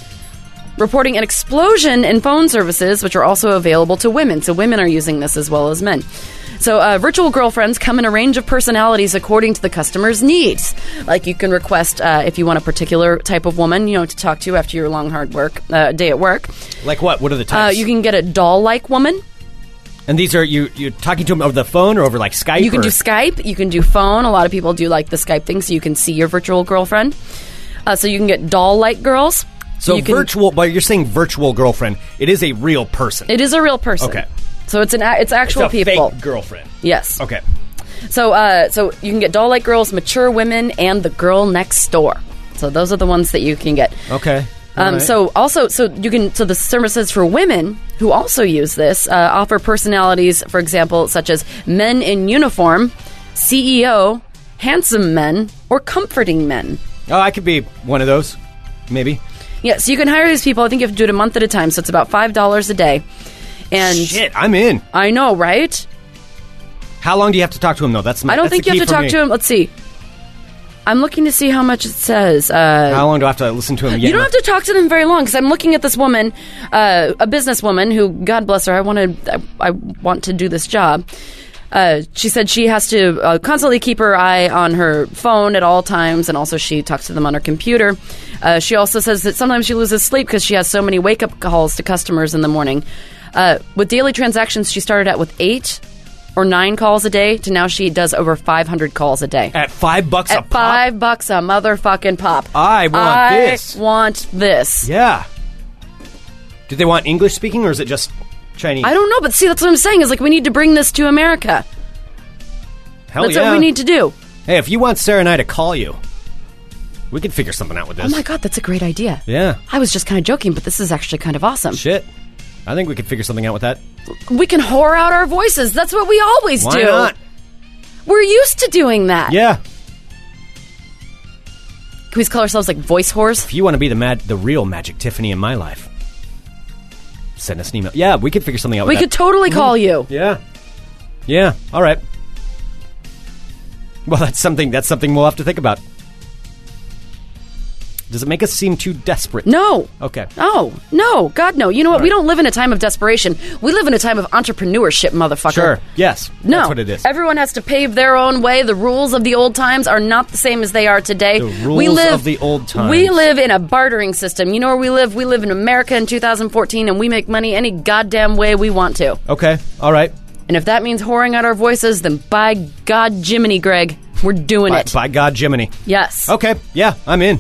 Speaker 7: reporting an explosion in phone services, which are also available to women. So women are using this as well as men. So uh, virtual girlfriends come in a range of personalities according to the customer's needs. Like you can request uh, if you want a particular type of woman, you know, to talk to after your long hard work uh, day at work.
Speaker 6: Like what? What are the
Speaker 7: Uh,
Speaker 6: types?
Speaker 7: you can get a doll-like woman.
Speaker 6: and these are you you're talking to them over the phone or over like Skype?
Speaker 7: You can
Speaker 6: or-
Speaker 7: do Skype. You can do phone. A lot of people do like the Skype thing, so you can see your virtual girlfriend. Uh, so you can get doll-like girls.
Speaker 6: So
Speaker 7: you can,
Speaker 6: virtual, but you're saying virtual girlfriend. It is a real person.
Speaker 7: It is a real person.
Speaker 6: Okay.
Speaker 7: So it's an a- it's actual
Speaker 6: a
Speaker 7: people.
Speaker 6: fake girlfriend.
Speaker 7: yes.
Speaker 6: Okay.
Speaker 7: So uh, so you can get doll-like girls, mature women, and the girl next door. So those are the ones that you can get.
Speaker 6: Okay.
Speaker 7: Um,
Speaker 6: Alright.
Speaker 7: So also, so you can so the services for women who also use this uh, offer personalities, for example, such as men in uniform, CEO, handsome men, or comforting men.
Speaker 6: oh, I could be one of those, maybe.
Speaker 7: Yeah, so you can hire these people. I think you have to do it a month at a time, so it's about five dollars a day. And
Speaker 6: Shit, I'm in.
Speaker 7: I know, right?
Speaker 6: How long do you have to talk to him though? That's my,
Speaker 7: I don't
Speaker 6: that's
Speaker 7: think
Speaker 6: the
Speaker 7: you
Speaker 6: key
Speaker 7: have to
Speaker 6: for
Speaker 7: talk
Speaker 6: me.
Speaker 7: to him. Let's see. I'm looking to see how much it says. Uh,
Speaker 6: How long do I have to listen to him?
Speaker 7: you don't have to talk to them very long because I'm looking at this woman, uh, a businesswoman who, God bless her, I want to, I, I want to do this job. Uh, she said she has to uh, constantly keep her eye on her phone at all times, and also she talks to them on her computer. Uh, she also says that sometimes she loses sleep because she has so many wake up calls to customers in the morning. Uh, with daily transactions, she started out with eight or nine calls a day to now she does over 500 calls a day.
Speaker 6: At five bucks a
Speaker 7: At
Speaker 6: pop.
Speaker 7: five bucks a motherfucking pop.
Speaker 6: I want
Speaker 7: I
Speaker 6: this.
Speaker 7: want this.
Speaker 6: Yeah. Do they want English speaking or is it just Chinese?
Speaker 7: I don't know, but see, that's what I'm saying. Is like we need to bring this to America.
Speaker 6: Hell
Speaker 7: that's
Speaker 6: Oh, yeah.
Speaker 7: what we need to do. Oh
Speaker 6: Hey, if you want Sarah and I to call you, we could figure something out with this.
Speaker 7: Oh my god, that's a great idea.
Speaker 6: Yeah.
Speaker 7: I was just kind of joking, but this is actually kind of awesome.
Speaker 6: Shit. I think we could figure something out with that.
Speaker 7: We can whore out our voices. That's what we always
Speaker 6: Why
Speaker 7: do.
Speaker 6: not?
Speaker 7: We're used to doing that.
Speaker 6: Yeah.
Speaker 7: Can we just call ourselves like voice whores?
Speaker 6: If you want to be the mad, the real Magic Tiffany in my life, send us an email. Yeah, we could figure something out.
Speaker 7: We
Speaker 6: with
Speaker 7: could
Speaker 6: that.
Speaker 7: totally call you.
Speaker 6: Yeah. Yeah. All right. Well, that's something. That's something we'll have to think about. Does it make us seem too desperate?
Speaker 7: No.
Speaker 6: Okay.
Speaker 7: Oh, no. God, no. You know what? We don't live in a time of desperation. We live in a time of entrepreneurship, motherfucker.
Speaker 6: Sure. Yes.
Speaker 7: No.
Speaker 6: That's what it is.
Speaker 7: Everyone has to pave their own way. The rules of the old times are not the same as they are today.
Speaker 6: The rules
Speaker 7: we live,
Speaker 6: of the old times.
Speaker 7: We live in a bartering system. You know where we live? We live in America in 2014, and we make money any goddamn way we want to.
Speaker 6: okay. All right.
Speaker 7: And if that means whoring out our voices, then by God, Jiminy, Greg, we're doing
Speaker 6: By,
Speaker 7: it.
Speaker 6: by God, Jiminy.
Speaker 7: Yes.
Speaker 6: Okay. Yeah, I'm in.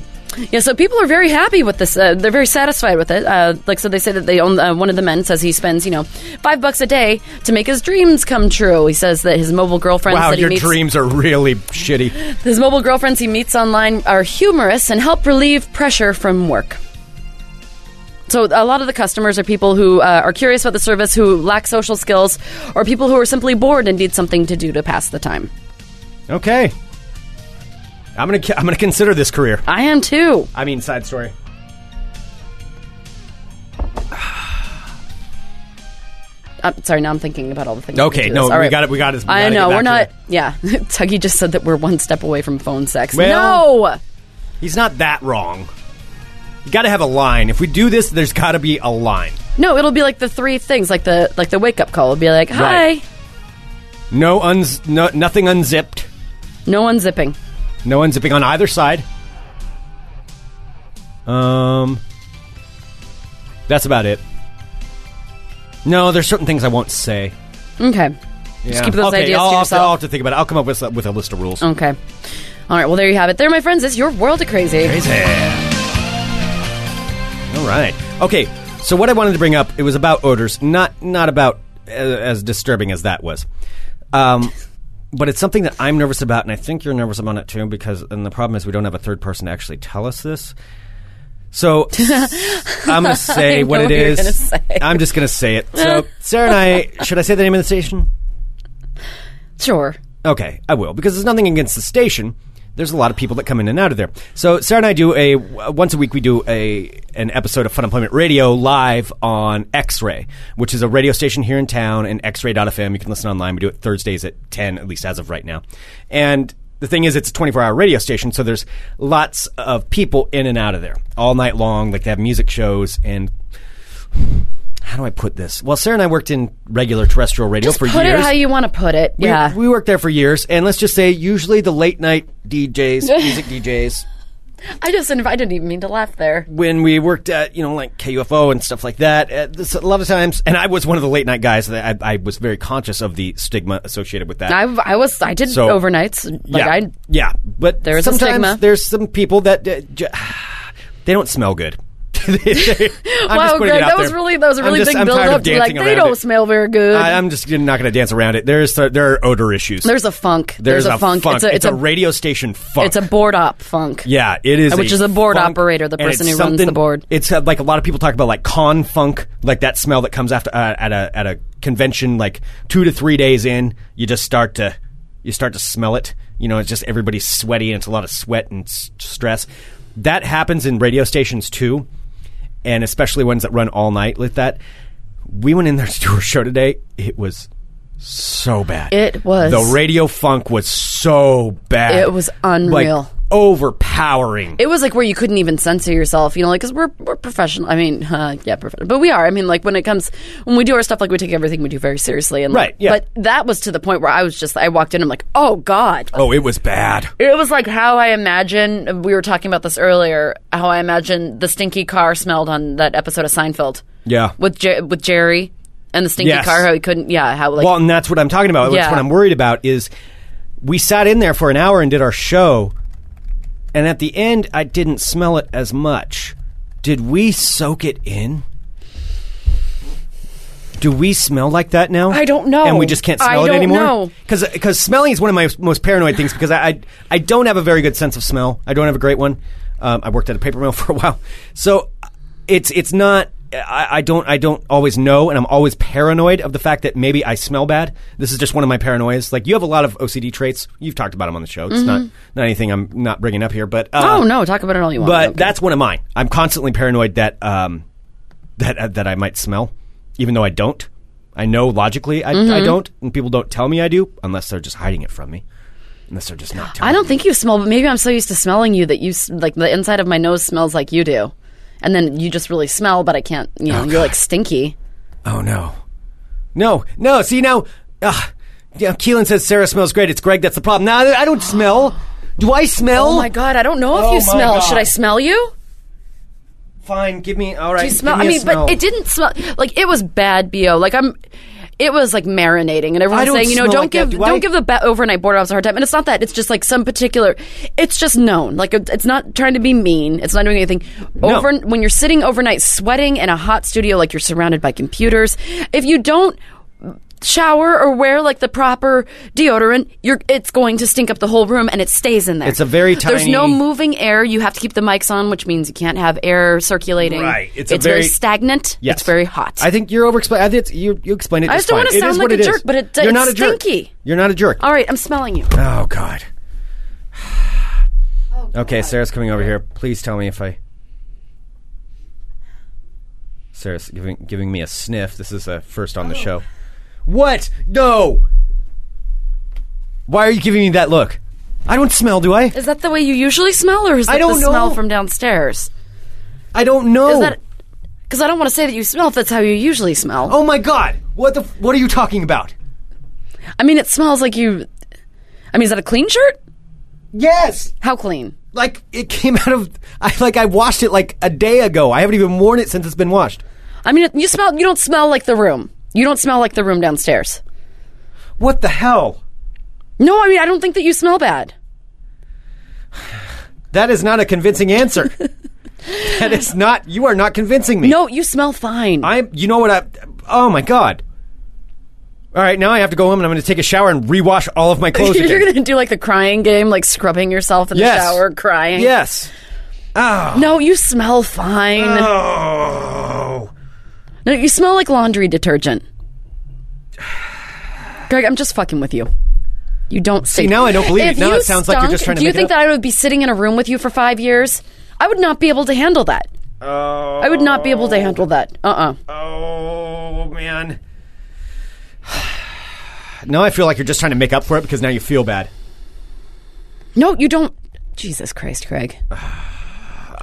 Speaker 7: Yeah, so people are very happy with this. Uh, they're very satisfied with it. Uh, like, so they say that they own, uh, one of the men says he spends, you know, five bucks a day to make his dreams come true. He says that his mobile girlfriends
Speaker 6: Wow,
Speaker 7: that he
Speaker 6: your
Speaker 7: meets,
Speaker 6: dreams are really shitty.
Speaker 7: his mobile girlfriends he meets online are humorous and help relieve pressure from work. So a lot of the customers are people who uh, are curious about the service, who lack social skills, or people who are simply bored and need something to do to pass the time.
Speaker 6: Okay. I'm gonna I'm gonna consider this career.
Speaker 7: I am too.
Speaker 6: I mean, side story.
Speaker 7: i Uh, sorry, now I'm thinking about all the things.
Speaker 6: Okay,
Speaker 7: we do
Speaker 6: no,
Speaker 7: this.
Speaker 6: we
Speaker 7: All right.
Speaker 6: got it- we got it. We
Speaker 7: I
Speaker 6: gotta
Speaker 7: know
Speaker 6: get
Speaker 7: we're
Speaker 6: back
Speaker 7: not. [laughs]
Speaker 6: to
Speaker 7: Yeah, Tuggy just said that we're one step away from phone sex.
Speaker 6: Well-
Speaker 7: no,
Speaker 6: He's not that wrong. You got to have a line. If we do this, there's got to be a line.
Speaker 7: no, it'll be like the three things, like the like the wake up call. It'll be like, hi,
Speaker 6: Right. No uns, no, nothing unzipped.
Speaker 7: no unzipping.
Speaker 6: No unzipping on either side. Um, that's about it. No, there's certain things I won't say.
Speaker 7: Okay,
Speaker 6: Yeah.
Speaker 7: keep those
Speaker 6: okay,
Speaker 7: ideas to
Speaker 6: I'll have
Speaker 7: yourself.
Speaker 6: I'll have to think about it. I'll come up with with a list of rules.
Speaker 7: okay, all right. Well, there you have it. There, my friends, is your world of crazy.
Speaker 6: Crazy. All right. Okay. So what I wanted to bring up, it was about odors, not not about uh, as disturbing as that was, um, but it's something that I'm nervous about, and I think you're nervous about it too. Because and the problem is we don't have a third person to actually tell us this.
Speaker 7: [laughs]
Speaker 6: So I'm gonna say
Speaker 7: I
Speaker 6: what
Speaker 7: know
Speaker 6: it
Speaker 7: what you're gonna
Speaker 6: is.
Speaker 7: say.
Speaker 6: I'm just gonna say it.
Speaker 7: [laughs]
Speaker 6: So Sarah and I, should I say the name of the station?
Speaker 7: Sure.
Speaker 6: Okay, I will because there's nothing against the station. There's a lot of people that come in and out of there. So Sarah and I do a once a week we do a an episode of Fun Employment Radio live on X-Ray, which is a radio station here in town and X-Ray.fm. You can listen online. We do it Thursdays at 10 at least as of right now. And The thing is, it's a 24 hour radio station, so there's lots of people in and out of there all night long. Like they have music shows and. [sighs] How do I put this? Well, Sarah and I worked in regular terrestrial radio
Speaker 7: Just
Speaker 6: for
Speaker 7: put
Speaker 6: years.
Speaker 7: it how you want to put it.
Speaker 6: We-
Speaker 7: yeah.
Speaker 6: we, worked there for years, and let's just say usually the late night
Speaker 7: [laughs]
Speaker 6: DJs, music DJs,
Speaker 7: I just I didn't even mean to laugh there.
Speaker 6: when we worked at you know like KUFO and stuff like that, uh, this, a lot of times, and I was one of the late night guys that I, I was very conscious of the stigma associated with that.
Speaker 7: I, I was I did
Speaker 6: So-
Speaker 7: overnights. Like
Speaker 6: yeah,
Speaker 7: I
Speaker 6: yeah, but
Speaker 7: There is a
Speaker 6: sometimes
Speaker 7: stigma.
Speaker 6: there's some people that uh, ju- [sighs] they don't smell good. [laughs]
Speaker 7: [laughs]
Speaker 6: They- they- I'm
Speaker 7: wow,
Speaker 6: just putting
Speaker 7: Greg,
Speaker 6: it out
Speaker 7: that was
Speaker 6: there.
Speaker 7: really that was a
Speaker 6: I'm
Speaker 7: really
Speaker 6: just-
Speaker 7: big
Speaker 6: I'm
Speaker 7: build
Speaker 6: tired
Speaker 7: up
Speaker 6: of
Speaker 7: to be like
Speaker 6: dancing
Speaker 7: they
Speaker 6: around
Speaker 7: don't
Speaker 6: it.
Speaker 7: smell very good.
Speaker 6: I, I'm just not going to dance around it. There's there are odor issues.
Speaker 7: there's a funk. There's, a, funk. It's a it's, a,
Speaker 6: radio station funk.
Speaker 7: it's a board op funk. Uh,
Speaker 6: Yeah, it is.
Speaker 7: Which is a board operator, the
Speaker 6: and
Speaker 7: person
Speaker 6: it's
Speaker 7: who runs the
Speaker 6: something-
Speaker 7: board.
Speaker 6: It's uh, like a lot of people talk about like con funk, like that smell that comes after uh, at a at a convention, like two to three days in, you just start to you start to smell it. You know, it's just everybody's sweaty and it's a lot of sweat and s- stress. That happens in radio stations too, and especially ones that run all night like that. We went in there to do a show today. It was so bad.
Speaker 7: It was.
Speaker 6: the radio funk was so bad.
Speaker 7: It was unreal.
Speaker 6: Like, overpowering.
Speaker 7: It was like where you couldn't even censor yourself, you know, like because we're we're professional. I mean, uh, yeah, professional, but we are. I mean, like when it comes when we do our stuff, like we take everything we do very seriously. And like-
Speaker 6: Right, yeah.
Speaker 7: But that was to the point where I was just I walked in. I'm like, oh god,
Speaker 6: oh, it was bad.
Speaker 7: It was like how I imagine we were talking about this earlier. How I imagine the stinky car smelled on that episode of Seinfeld.
Speaker 6: Yeah.
Speaker 7: with Jer- with Jerry and the stinky
Speaker 6: Yes.
Speaker 7: car. How he couldn't. Yeah, how like
Speaker 6: well, and that's what I'm talking about. That's
Speaker 7: Yeah.
Speaker 6: what I'm worried about is we sat in there for an hour and did our show, and at the end, I didn't smell it as much. Did we soak it in? Do we smell like that now?
Speaker 7: I don't know.
Speaker 6: And we just can't
Speaker 7: I
Speaker 6: smell
Speaker 7: don't
Speaker 6: it anymore?
Speaker 7: know.
Speaker 6: Because smelling is one of my most paranoid things because I, I, I don't have a very good sense of smell. I don't have a great one. Um, I worked at a paper mill [laughs] for a while. So it's, it's not, I, I, don't, I don't always know, and I'm always paranoid of the fact that maybe I smell bad. This is just one of my paranoias. Like, you have a lot of OCD traits. You've talked about them on the show. It's not, not anything I'm not bringing up here, but. Uh,
Speaker 7: oh no, talk about it all you want. I
Speaker 6: but
Speaker 7: don't care.
Speaker 6: that's one of mine. I'm constantly paranoid that um, that uh, that I might smell, even though I don't. I know logically I,
Speaker 7: Mm-hmm.
Speaker 6: I don't, and people don't tell me I do unless they're just hiding it from me, unless they're just not telling.
Speaker 7: I don't
Speaker 6: me.
Speaker 7: think you smell, but maybe I'm so used to smelling you that you s- like the inside of my nose smells like you do, and then you just really smell, but I can't. You know, you're like stinky.
Speaker 6: Oh no, no, no. See now, uh, yeah, Keelan says Sarah smells great. It's Greg that's the problem. Now I don't smell. Do I smell?
Speaker 7: Oh my god, I don't know if
Speaker 6: Oh
Speaker 7: you
Speaker 6: my
Speaker 7: smell.
Speaker 6: God.
Speaker 7: Should I smell you?
Speaker 6: Fine, give me all right.
Speaker 7: Do you
Speaker 6: give
Speaker 7: smell?
Speaker 6: me
Speaker 7: I
Speaker 6: a
Speaker 7: mean,
Speaker 6: smell.
Speaker 7: but it didn't smell like it was bad. Bo like I'm. It was like marinating, and
Speaker 6: I
Speaker 7: everyone's
Speaker 6: don't
Speaker 7: saying, you know,
Speaker 6: smell
Speaker 7: don't
Speaker 6: like
Speaker 7: give
Speaker 6: that, do I?
Speaker 7: not give the ba- overnight board office a hard time. And it's not that; it's just like some particular. It's just known. Like it- it's not trying to be mean. It's not doing anything. Over when you're sitting overnight, sweating in a hot studio, like you're surrounded by computers. If you don't shower or wear like the proper deodorant, you're it's going to stink up the whole room, and it stays in there.
Speaker 6: It's a very
Speaker 7: There's no
Speaker 6: tiny-
Speaker 7: moving air. You have to keep the mics on, which means you can't have air circulating thing.
Speaker 6: Right. It's
Speaker 7: It's,
Speaker 6: a
Speaker 7: very,
Speaker 6: very-
Speaker 7: stagnant.
Speaker 6: Yes.
Speaker 7: It's very hot.
Speaker 6: I think you're over explaining. I think it's- you you explained it.
Speaker 7: I just don't
Speaker 6: fine.
Speaker 7: wanna
Speaker 6: It is
Speaker 7: sound
Speaker 6: what
Speaker 7: like a
Speaker 6: it is.
Speaker 7: jerk, but it-
Speaker 6: you're
Speaker 7: it's
Speaker 6: not a jerk.
Speaker 7: stinky.
Speaker 6: You're not a jerk.
Speaker 7: All right, I'm smelling you.
Speaker 6: Oh
Speaker 7: [sighs]
Speaker 6: God.
Speaker 7: Oh,
Speaker 6: Okay, Sarah's coming over here. Please tell me if I. Sarah's giving giving me a sniff. This is a first
Speaker 7: Oh.
Speaker 6: on the show. What? No. Why are you giving me that look? I don't smell, do I?
Speaker 7: Is that the way you usually smell, or is that
Speaker 6: I don't
Speaker 7: the smell
Speaker 6: know. Oh.
Speaker 7: from downstairs?
Speaker 6: I don't know.
Speaker 7: Is that because I don't want to say that you smell if that's how you usually smell.
Speaker 6: oh my God! What the? f- What are you talking about?
Speaker 7: I mean, it smells like you. I mean, is that a clean shirt?
Speaker 6: Yes.
Speaker 7: How clean?
Speaker 6: Like it came [laughs] out of. I like I washed it like a day ago. I haven't even worn it since it's been washed.
Speaker 7: I mean, it- you smell. You don't smell like the room. You don't smell like the room downstairs.
Speaker 6: What the hell?
Speaker 7: No, I mean, I don't think that you smell bad.
Speaker 6: That is not a
Speaker 7: [laughs]
Speaker 6: convincing answer. that is not. You are not convincing me.
Speaker 7: No, you smell fine.
Speaker 6: I. You know what? I. Oh my god. All right, now I have to go home and I'm going to take a shower and rewash
Speaker 7: [laughs]
Speaker 6: all of my clothes.
Speaker 7: You're
Speaker 6: again.
Speaker 7: gonna do like the crying game, like scrubbing yourself in the
Speaker 6: yes.
Speaker 7: shower, crying.
Speaker 6: Yes.
Speaker 7: No, you smell fine.
Speaker 6: Uh. Oh.
Speaker 7: No, you smell like laundry detergent. Greg, I'm just fucking with you. You don't see.
Speaker 6: now I don't believe
Speaker 7: if
Speaker 6: it. Now
Speaker 7: you
Speaker 6: it sounds like you're just trying
Speaker 7: stunk,
Speaker 6: to
Speaker 7: Do you
Speaker 6: make it
Speaker 7: think
Speaker 6: up.
Speaker 7: that I would be sitting in a room with you for five years? I would not be able to handle that. I would not be able to handle that. Uh uh
Speaker 6: Oh man. [sighs] Now I feel like you're just trying to make up for it because now you feel bad.
Speaker 7: No, you don't. Jesus Christ,
Speaker 6: [sighs]
Speaker 7: Craig.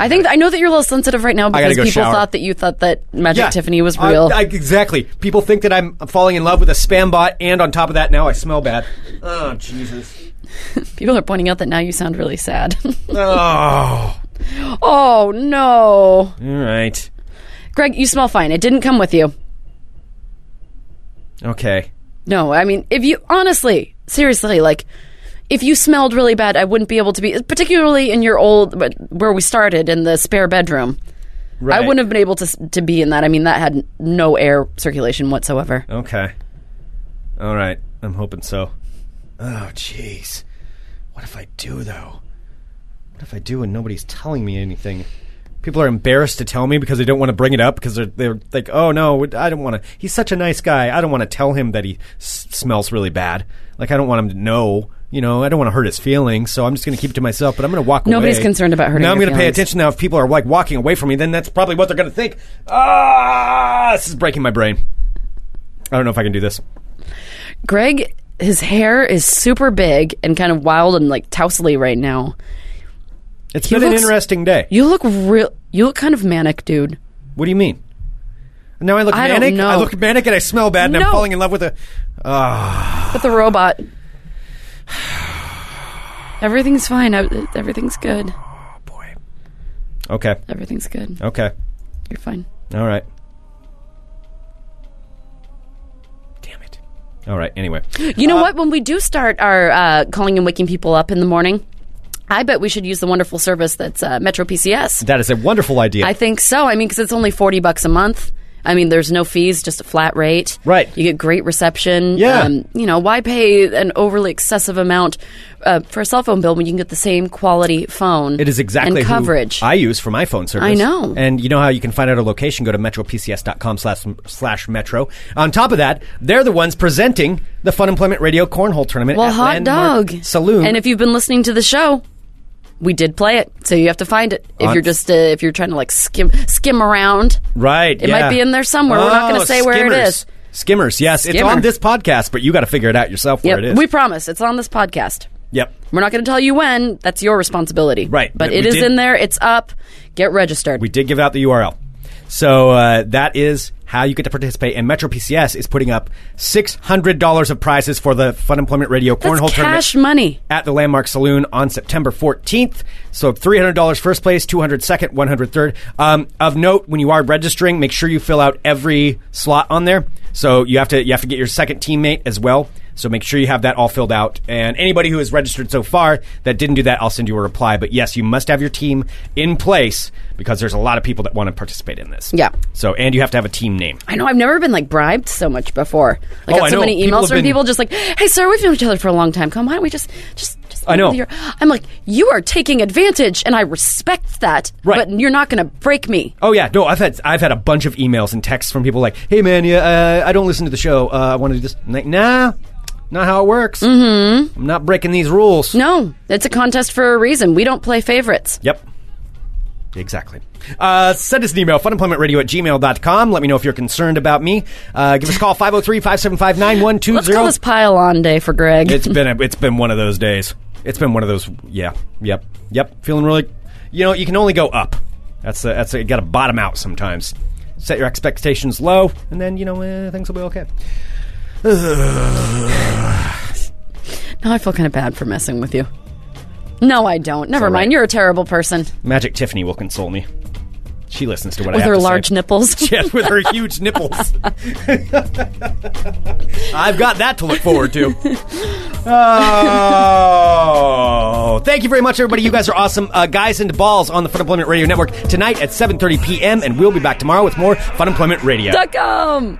Speaker 7: I think I know that you're a little sensitive right now
Speaker 6: gotta
Speaker 7: because
Speaker 6: go
Speaker 7: people
Speaker 6: shower.
Speaker 7: thought that you thought that Magic
Speaker 6: Yeah.
Speaker 7: Tiffany was
Speaker 6: Uh,
Speaker 7: real.
Speaker 6: I- exactly. People think that I'm falling in love with a spam bot, and on top of that, now I smell bad. Oh Jesus.
Speaker 7: people are pointing out that now you sound really sad. [laughs]
Speaker 6: Oh.
Speaker 7: oh no,
Speaker 6: All right.
Speaker 7: Greg, you smell fine. It didn't come with you.
Speaker 6: Okay.
Speaker 7: No, I mean, if you honestly, seriously, like, if you smelled really bad, I wouldn't be able to be, particularly in your old, but where we started in the spare bedroom.
Speaker 6: Right.
Speaker 7: I wouldn't have been able to s- to be in that. I mean, that had no air circulation whatsoever.
Speaker 6: Okay. All right. I'm hoping so. Oh jeez. What if I do though? What if I do and nobody's telling me anything? People are embarrassed to tell me because they don't want to bring it up because they're they're like, oh no, I don't want to. He's such a nice guy. I don't want to tell him that he s- smells really bad. Like I don't want him to know. You know, I don't want to hurt his feelings, so I'm just going to keep it to myself. But I'm going to walk away.
Speaker 7: Nobody's concerned about hurting
Speaker 6: Now I'm
Speaker 7: your
Speaker 6: gonna pay
Speaker 7: feelings.
Speaker 6: attention. Now, if people are like walking away from me, then that's probably what they're going to think. Ah, this is breaking my brain. I don't know if I can do this.
Speaker 7: Greg, his hair is super big and kind of wild and like tously right now.
Speaker 6: It's
Speaker 7: He
Speaker 6: been an
Speaker 7: looks-
Speaker 6: interesting day.
Speaker 7: You look real. You look kind of manic, dude.
Speaker 6: what do you mean? Now I look
Speaker 7: I don't
Speaker 6: manic.
Speaker 7: know.
Speaker 6: I look manic and I smell bad and
Speaker 7: No.
Speaker 6: I'm falling in love with a.
Speaker 7: But the robot. [sighs] Everything's fine. I, everything's good.
Speaker 6: Boy. Okay.
Speaker 7: Everything's good.
Speaker 6: Okay.
Speaker 7: You're fine.
Speaker 6: All right. Damn it. All right. Anyway.
Speaker 7: You
Speaker 6: Uh-huh.
Speaker 7: know what? When we do start our uh, calling and waking people up in the morning, I bet we should use the wonderful service that's uh, Metro PCS.
Speaker 6: That is a wonderful idea.
Speaker 7: I think so. I mean, because it's only forty bucks a month. I mean, there's no fees, just a flat rate.
Speaker 6: Right.
Speaker 7: You get great reception. Um,
Speaker 6: Yeah.
Speaker 7: you know, why pay an overly excessive amount uh, for a cell phone bill when you can get the same quality phone?
Speaker 6: It is exactly
Speaker 7: and
Speaker 6: who
Speaker 7: coverage.
Speaker 6: I use for my phone service.
Speaker 7: I know.
Speaker 6: And you know how you can find out a location? Go to metropcs.com slash slash metro. On top of that, they're the ones presenting the Fun Employment Radio Cornhole Tournament.
Speaker 7: well,
Speaker 6: at
Speaker 7: hot
Speaker 6: Landmark
Speaker 7: dog
Speaker 6: Saloon.
Speaker 7: And if you've been listening to the show. We did play it, so you have to find it. If
Speaker 6: On-
Speaker 7: you're just uh, if you're trying to like skim skim around,
Speaker 6: right,
Speaker 7: it might
Speaker 6: yeah.
Speaker 7: be in there somewhere. We're not gonna
Speaker 6: Oh,
Speaker 7: say where it
Speaker 6: skimmers.
Speaker 7: is.
Speaker 6: Skimmers, yes, it's
Speaker 7: Skimmer.
Speaker 6: on this podcast, but you got to figure it out yourself where it
Speaker 7: yep,
Speaker 6: is.
Speaker 7: we promise it's on this podcast.
Speaker 6: yep,
Speaker 7: We're not going to tell you when. That's your responsibility.
Speaker 6: Right,
Speaker 7: But
Speaker 6: but
Speaker 7: it
Speaker 6: we
Speaker 7: is
Speaker 6: did-
Speaker 7: in there. It's up. Get registered.
Speaker 6: we did give out the URL. So uh, that is how you get to participate. And Metro PCS is putting up six hundred dollars of prizes for the Fun Employment Radio
Speaker 7: That's
Speaker 6: Cornhole Tournament.
Speaker 7: cash money.
Speaker 6: at the Landmark Saloon on September 14th. So $300 first place, 200 second, 100 third. Um, of note, when you are registering, make sure you fill out every slot on there. So you have to you have to get your second teammate as well. So make sure you have that all filled out. And anybody who has registered so far that didn't do that, I'll send you a reply. But yes, you must have your team in place because there's a lot of people that want to participate in this.
Speaker 7: Yeah.
Speaker 6: So and you have to have a team name.
Speaker 7: I know. I've never been like bribed so much before. Like,
Speaker 6: Oh,
Speaker 7: got
Speaker 6: I
Speaker 7: so
Speaker 6: know.
Speaker 7: many
Speaker 6: People
Speaker 7: emails
Speaker 6: have
Speaker 7: from
Speaker 6: been-
Speaker 7: people just like, "Hey, sir, we've known each other for a long time. Come, why don't we just just just?"
Speaker 6: I know.
Speaker 7: Here. I'm like, you are taking advantage, and I respect that.
Speaker 6: Right.
Speaker 7: But you're not going to break me.
Speaker 6: Oh yeah, no, I've had I've had a bunch of emails and texts from people like, "Hey man, yeah, uh, I don't listen to the show. Uh, I want to do this." I'm like, nah, not how it works. Mm-hmm. I'm not breaking these rules.
Speaker 7: No, it's a contest for a reason. We don't play favorites.
Speaker 6: Yep. Exactly. Uh, send us an email, funemploymentradio at gmail.com. Let me know if you're concerned about me. Uh, give us
Speaker 7: [laughs]
Speaker 6: a call, 503 575
Speaker 7: Let's call this
Speaker 6: 9120.
Speaker 7: pile on day for Greg.
Speaker 6: It's been a, it's been one of those days. It's been one of those. Yeah. Yep. Yep. Feeling really. You know, you can only go up. That's a, that's a, you got to bottom out sometimes. Set your expectations low, and then you know eh, things will be okay.
Speaker 7: now I feel kind of bad for messing with you. No, I don't. Never
Speaker 6: all
Speaker 7: mind.
Speaker 6: right.
Speaker 7: You're a terrible person.
Speaker 6: Magic Tiffany will console me. She listens to what I
Speaker 7: with
Speaker 6: have
Speaker 7: her
Speaker 6: to
Speaker 7: large
Speaker 6: say. [laughs]
Speaker 7: nipples.
Speaker 6: Yes, with her huge nipples. I've got that to look forward to. Oh, thank you very much, everybody. You guys are awesome. Uh, guys into balls on the Fun Employment Radio Network tonight at 7:30 p.m. And we'll be back tomorrow with more Fun Employment Radio.
Speaker 7: Duck 'em.